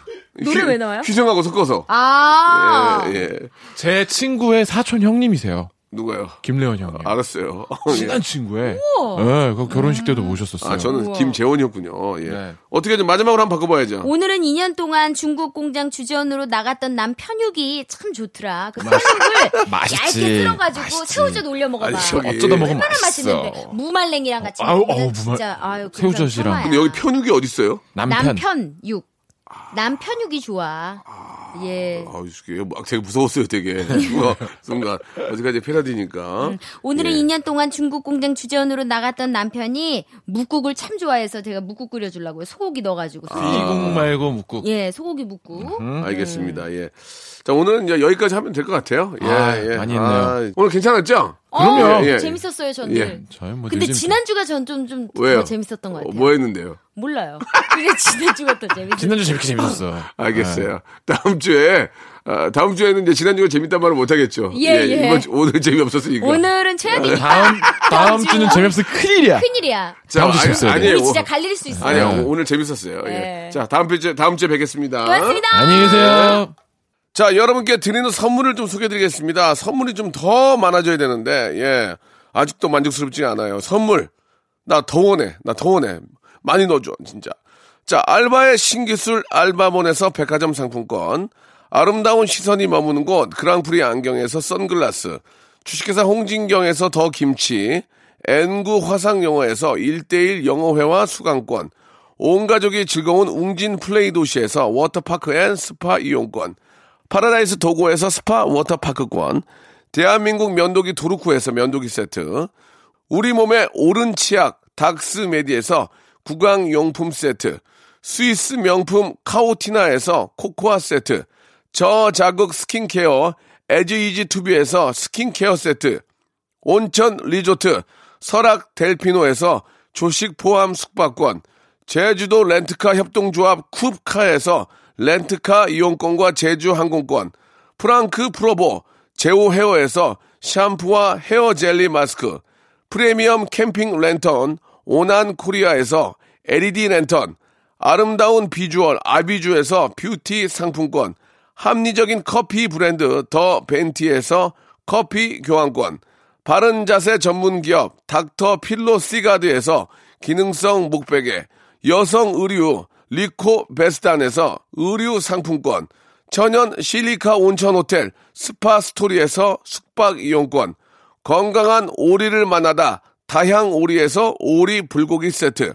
Speaker 5: 노래 왜 나와요?
Speaker 3: 휘성하고 섞어서.
Speaker 5: 아.
Speaker 3: 예, 예.
Speaker 7: 제 친구의 사촌 형님이세요.
Speaker 3: 누가요?
Speaker 7: 김래원 형님.
Speaker 3: 아, 알았어요. [laughs]
Speaker 7: 친한
Speaker 3: 예.
Speaker 7: 친구에. 예, 그 결혼식
Speaker 5: 음.
Speaker 7: 때도 모셨었어요.
Speaker 3: 아 저는 김재원이었군요. 예.
Speaker 7: 네.
Speaker 3: 어떻게 좀 마지막으로 한번 바꿔봐야죠.
Speaker 5: 오늘은 2년 동안 중국 공장 주재원으로 나갔던 남 편육이 참 좋더라. 그 편육을
Speaker 7: 맛있지.
Speaker 5: 얇게 썰어가지고
Speaker 7: 맛있지.
Speaker 5: 새우젓 올려 먹어봐.
Speaker 3: 아니, 저기-
Speaker 7: 어쩌다 먹으면
Speaker 5: 얼마나
Speaker 7: 맛있어.
Speaker 5: 맛있는데 무말랭이랑 같이
Speaker 7: 아우,
Speaker 5: 먹으면
Speaker 7: 아우,
Speaker 5: 진짜
Speaker 7: 무말-
Speaker 5: 아유 그건
Speaker 7: 새우젓이랑.
Speaker 5: 평화야.
Speaker 3: 근데 여기 편육이 어디 있어요?
Speaker 7: 남편.
Speaker 5: 남편육 남편육이 좋아. 예.
Speaker 3: 아우 이게 막 되게 무서웠어요,
Speaker 5: [laughs]
Speaker 3: 되게. 뭔가 뭔가 어디까지 패러디니까.
Speaker 5: 오늘은
Speaker 3: 예.
Speaker 5: 2년 동안 중국 공장 주재원으로 나갔던 남편이 묵국을 참 좋아해서 제가 묵국 끓여주려고요. 소고기 넣어가지고.
Speaker 7: 이국 말고 묵국.
Speaker 5: 예, 소고기 묵국.
Speaker 3: 음.
Speaker 7: 음.
Speaker 3: 알겠습니다. 예. 자, 오늘은 이제 여기까지 하면 될 것 같아요. 예,
Speaker 7: 아,
Speaker 3: 예.
Speaker 7: 많이 했네요.
Speaker 3: 오늘 괜찮았죠?
Speaker 5: 어,
Speaker 3: 그럼요. 예, 예.
Speaker 5: 재밌었어요, 저는.
Speaker 3: 예.
Speaker 7: 저희 뭐
Speaker 5: 근데
Speaker 7: 요즘
Speaker 5: 지난주가 전 좀 좀
Speaker 3: 왜요?
Speaker 5: 더 재밌었던 것 같아요.
Speaker 3: 어, 뭐 했는데요?
Speaker 5: 몰라요. 근데 [laughs] 지난주가 더 재밌었어요.
Speaker 7: 지난주 재밌게 재밌었어.
Speaker 3: [laughs] 알겠어요.
Speaker 7: 네.
Speaker 3: 다음 주에, 아, 다음 주에는 이제 지난주가 재밌단 말을 못하겠죠.
Speaker 5: 예, 예.
Speaker 3: 이번 주, 오늘 재미없었으니까.
Speaker 5: 오늘은
Speaker 7: 아.
Speaker 5: 최악이니까
Speaker 7: 예. 다음 다음 주는 재미없어 큰일이야.
Speaker 5: 큰일이야.
Speaker 3: 자,
Speaker 7: 다음 주
Speaker 3: 아니,
Speaker 7: 재밌어야 돼요.
Speaker 3: 아니에요.
Speaker 5: 우리 진짜 갈릴 수 있어요.
Speaker 3: 예, 아니요,
Speaker 7: 네.
Speaker 3: 오늘 재밌었어요. 예.
Speaker 5: 예.
Speaker 3: 자, 다음 주에, 다음 주에 뵙겠습니다.
Speaker 5: 고맙습니다.
Speaker 7: 안녕히 계세요.
Speaker 3: 자, 여러분께 드리는 선물을 좀 소개드리겠습니다. 해 선물이 좀 더 많아져야 되는데, 예. 아직도 만족스럽지 않아요. 선물. 나 더 원해. 나 더 원해. 많이 넣어줘, 진짜. 자, 알바의 신기술 알바몬에서 백화점 상품권. 아름다운 시선이 머무는 곳, 그랑프리 안경에서 선글라스. 주식회사 홍진경에서 더 김치. N구 화상영어에서 1대1 영어회화 수강권. 온 가족이 즐거운 웅진 플레이 도시에서 워터파크 앤 스파 이용권. 파라다이스 도고에서 스파 워터파크권, 대한민국 면도기 도루쿠에서 면도기 세트, 우리 몸의 오른 치약 닥스메디에서 구강용품 세트, 스위스 명품 카오티나에서 코코아 세트, 저자극 스킨케어 에즈이지 투비에서 스킨케어 세트, 온천 리조트 설악 델피노에서 조식 포함 숙박권, 제주도 렌트카 협동조합 쿱카에서 렌트카 이용권과 제주 항공권, 프랑크 프로보 제오 헤어에서 샴푸와 헤어 젤리 마스크, 프리미엄 캠핑 랜턴 오난 코리아에서 LED 랜턴, 아름다운 비주얼 아비주에서 뷰티 상품권, 합리적인 커피 브랜드 더 벤티에서 커피 교환권, 바른 자세 전문 기업 닥터 필로 시가드에서 기능성 목베개, 여성 의류 리코 베스단에서 의류 상품권, 천연 실리카 온천 호텔 스파 스토리에서 숙박 이용권, 건강한 오리를 만나다 다향 오리에서 오리 불고기 세트,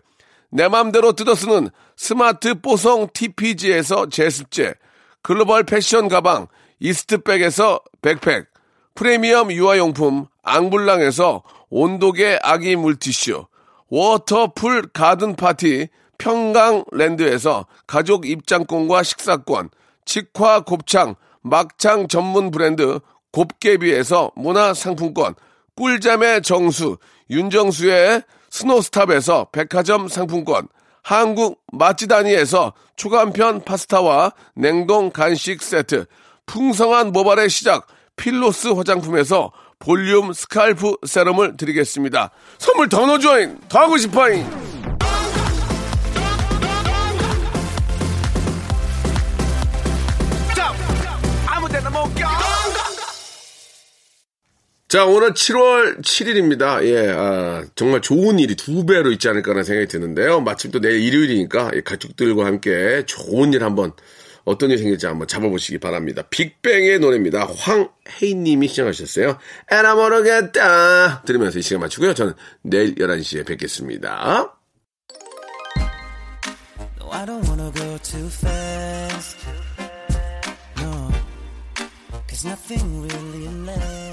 Speaker 3: 내 맘대로 뜯어쓰는 스마트 뽀송 TPG에서 제습제, 글로벌 패션 가방 이스트백에서 백팩, 프리미엄 유아용품 앙블랑에서 온도계 아기 물티슈, 워터풀 가든 파티 평강랜드에서 가족 입장권과 식사권, 직화 곱창 막창 전문 브랜드 곱개비에서 문화상품권, 꿀잠의 정수 윤정수의 스노스탑에서 백화점 상품권, 한국 맛지다니에서 초간편 파스타와 냉동 간식 세트, 풍성한 모발의 시작 필로스 화장품에서 볼륨 스칼프 세럼을 드리겠습니다. 선물 더 넣어줘잉! 더 하고 싶어잉! 자, 오늘 7월 7일입니다. 예, 아, 정말 좋은 일이 두 배로 있지 않을까라는 생각이 드는데요. 마침 또 내일 일요일이니까 이 가족들과 함께 좋은 일 한번 어떤 일이 생길지 한번 잡아보시기 바랍니다. 빅뱅의 노래입니다. 황혜인님이 시청하셨어요. 에라 모르겠다. 들으면서 이 시간 마치고요. 저는 내일 11시에 뵙겠습니다.
Speaker 4: No, I don't wanna go too fast. No, cause nothing really lasts.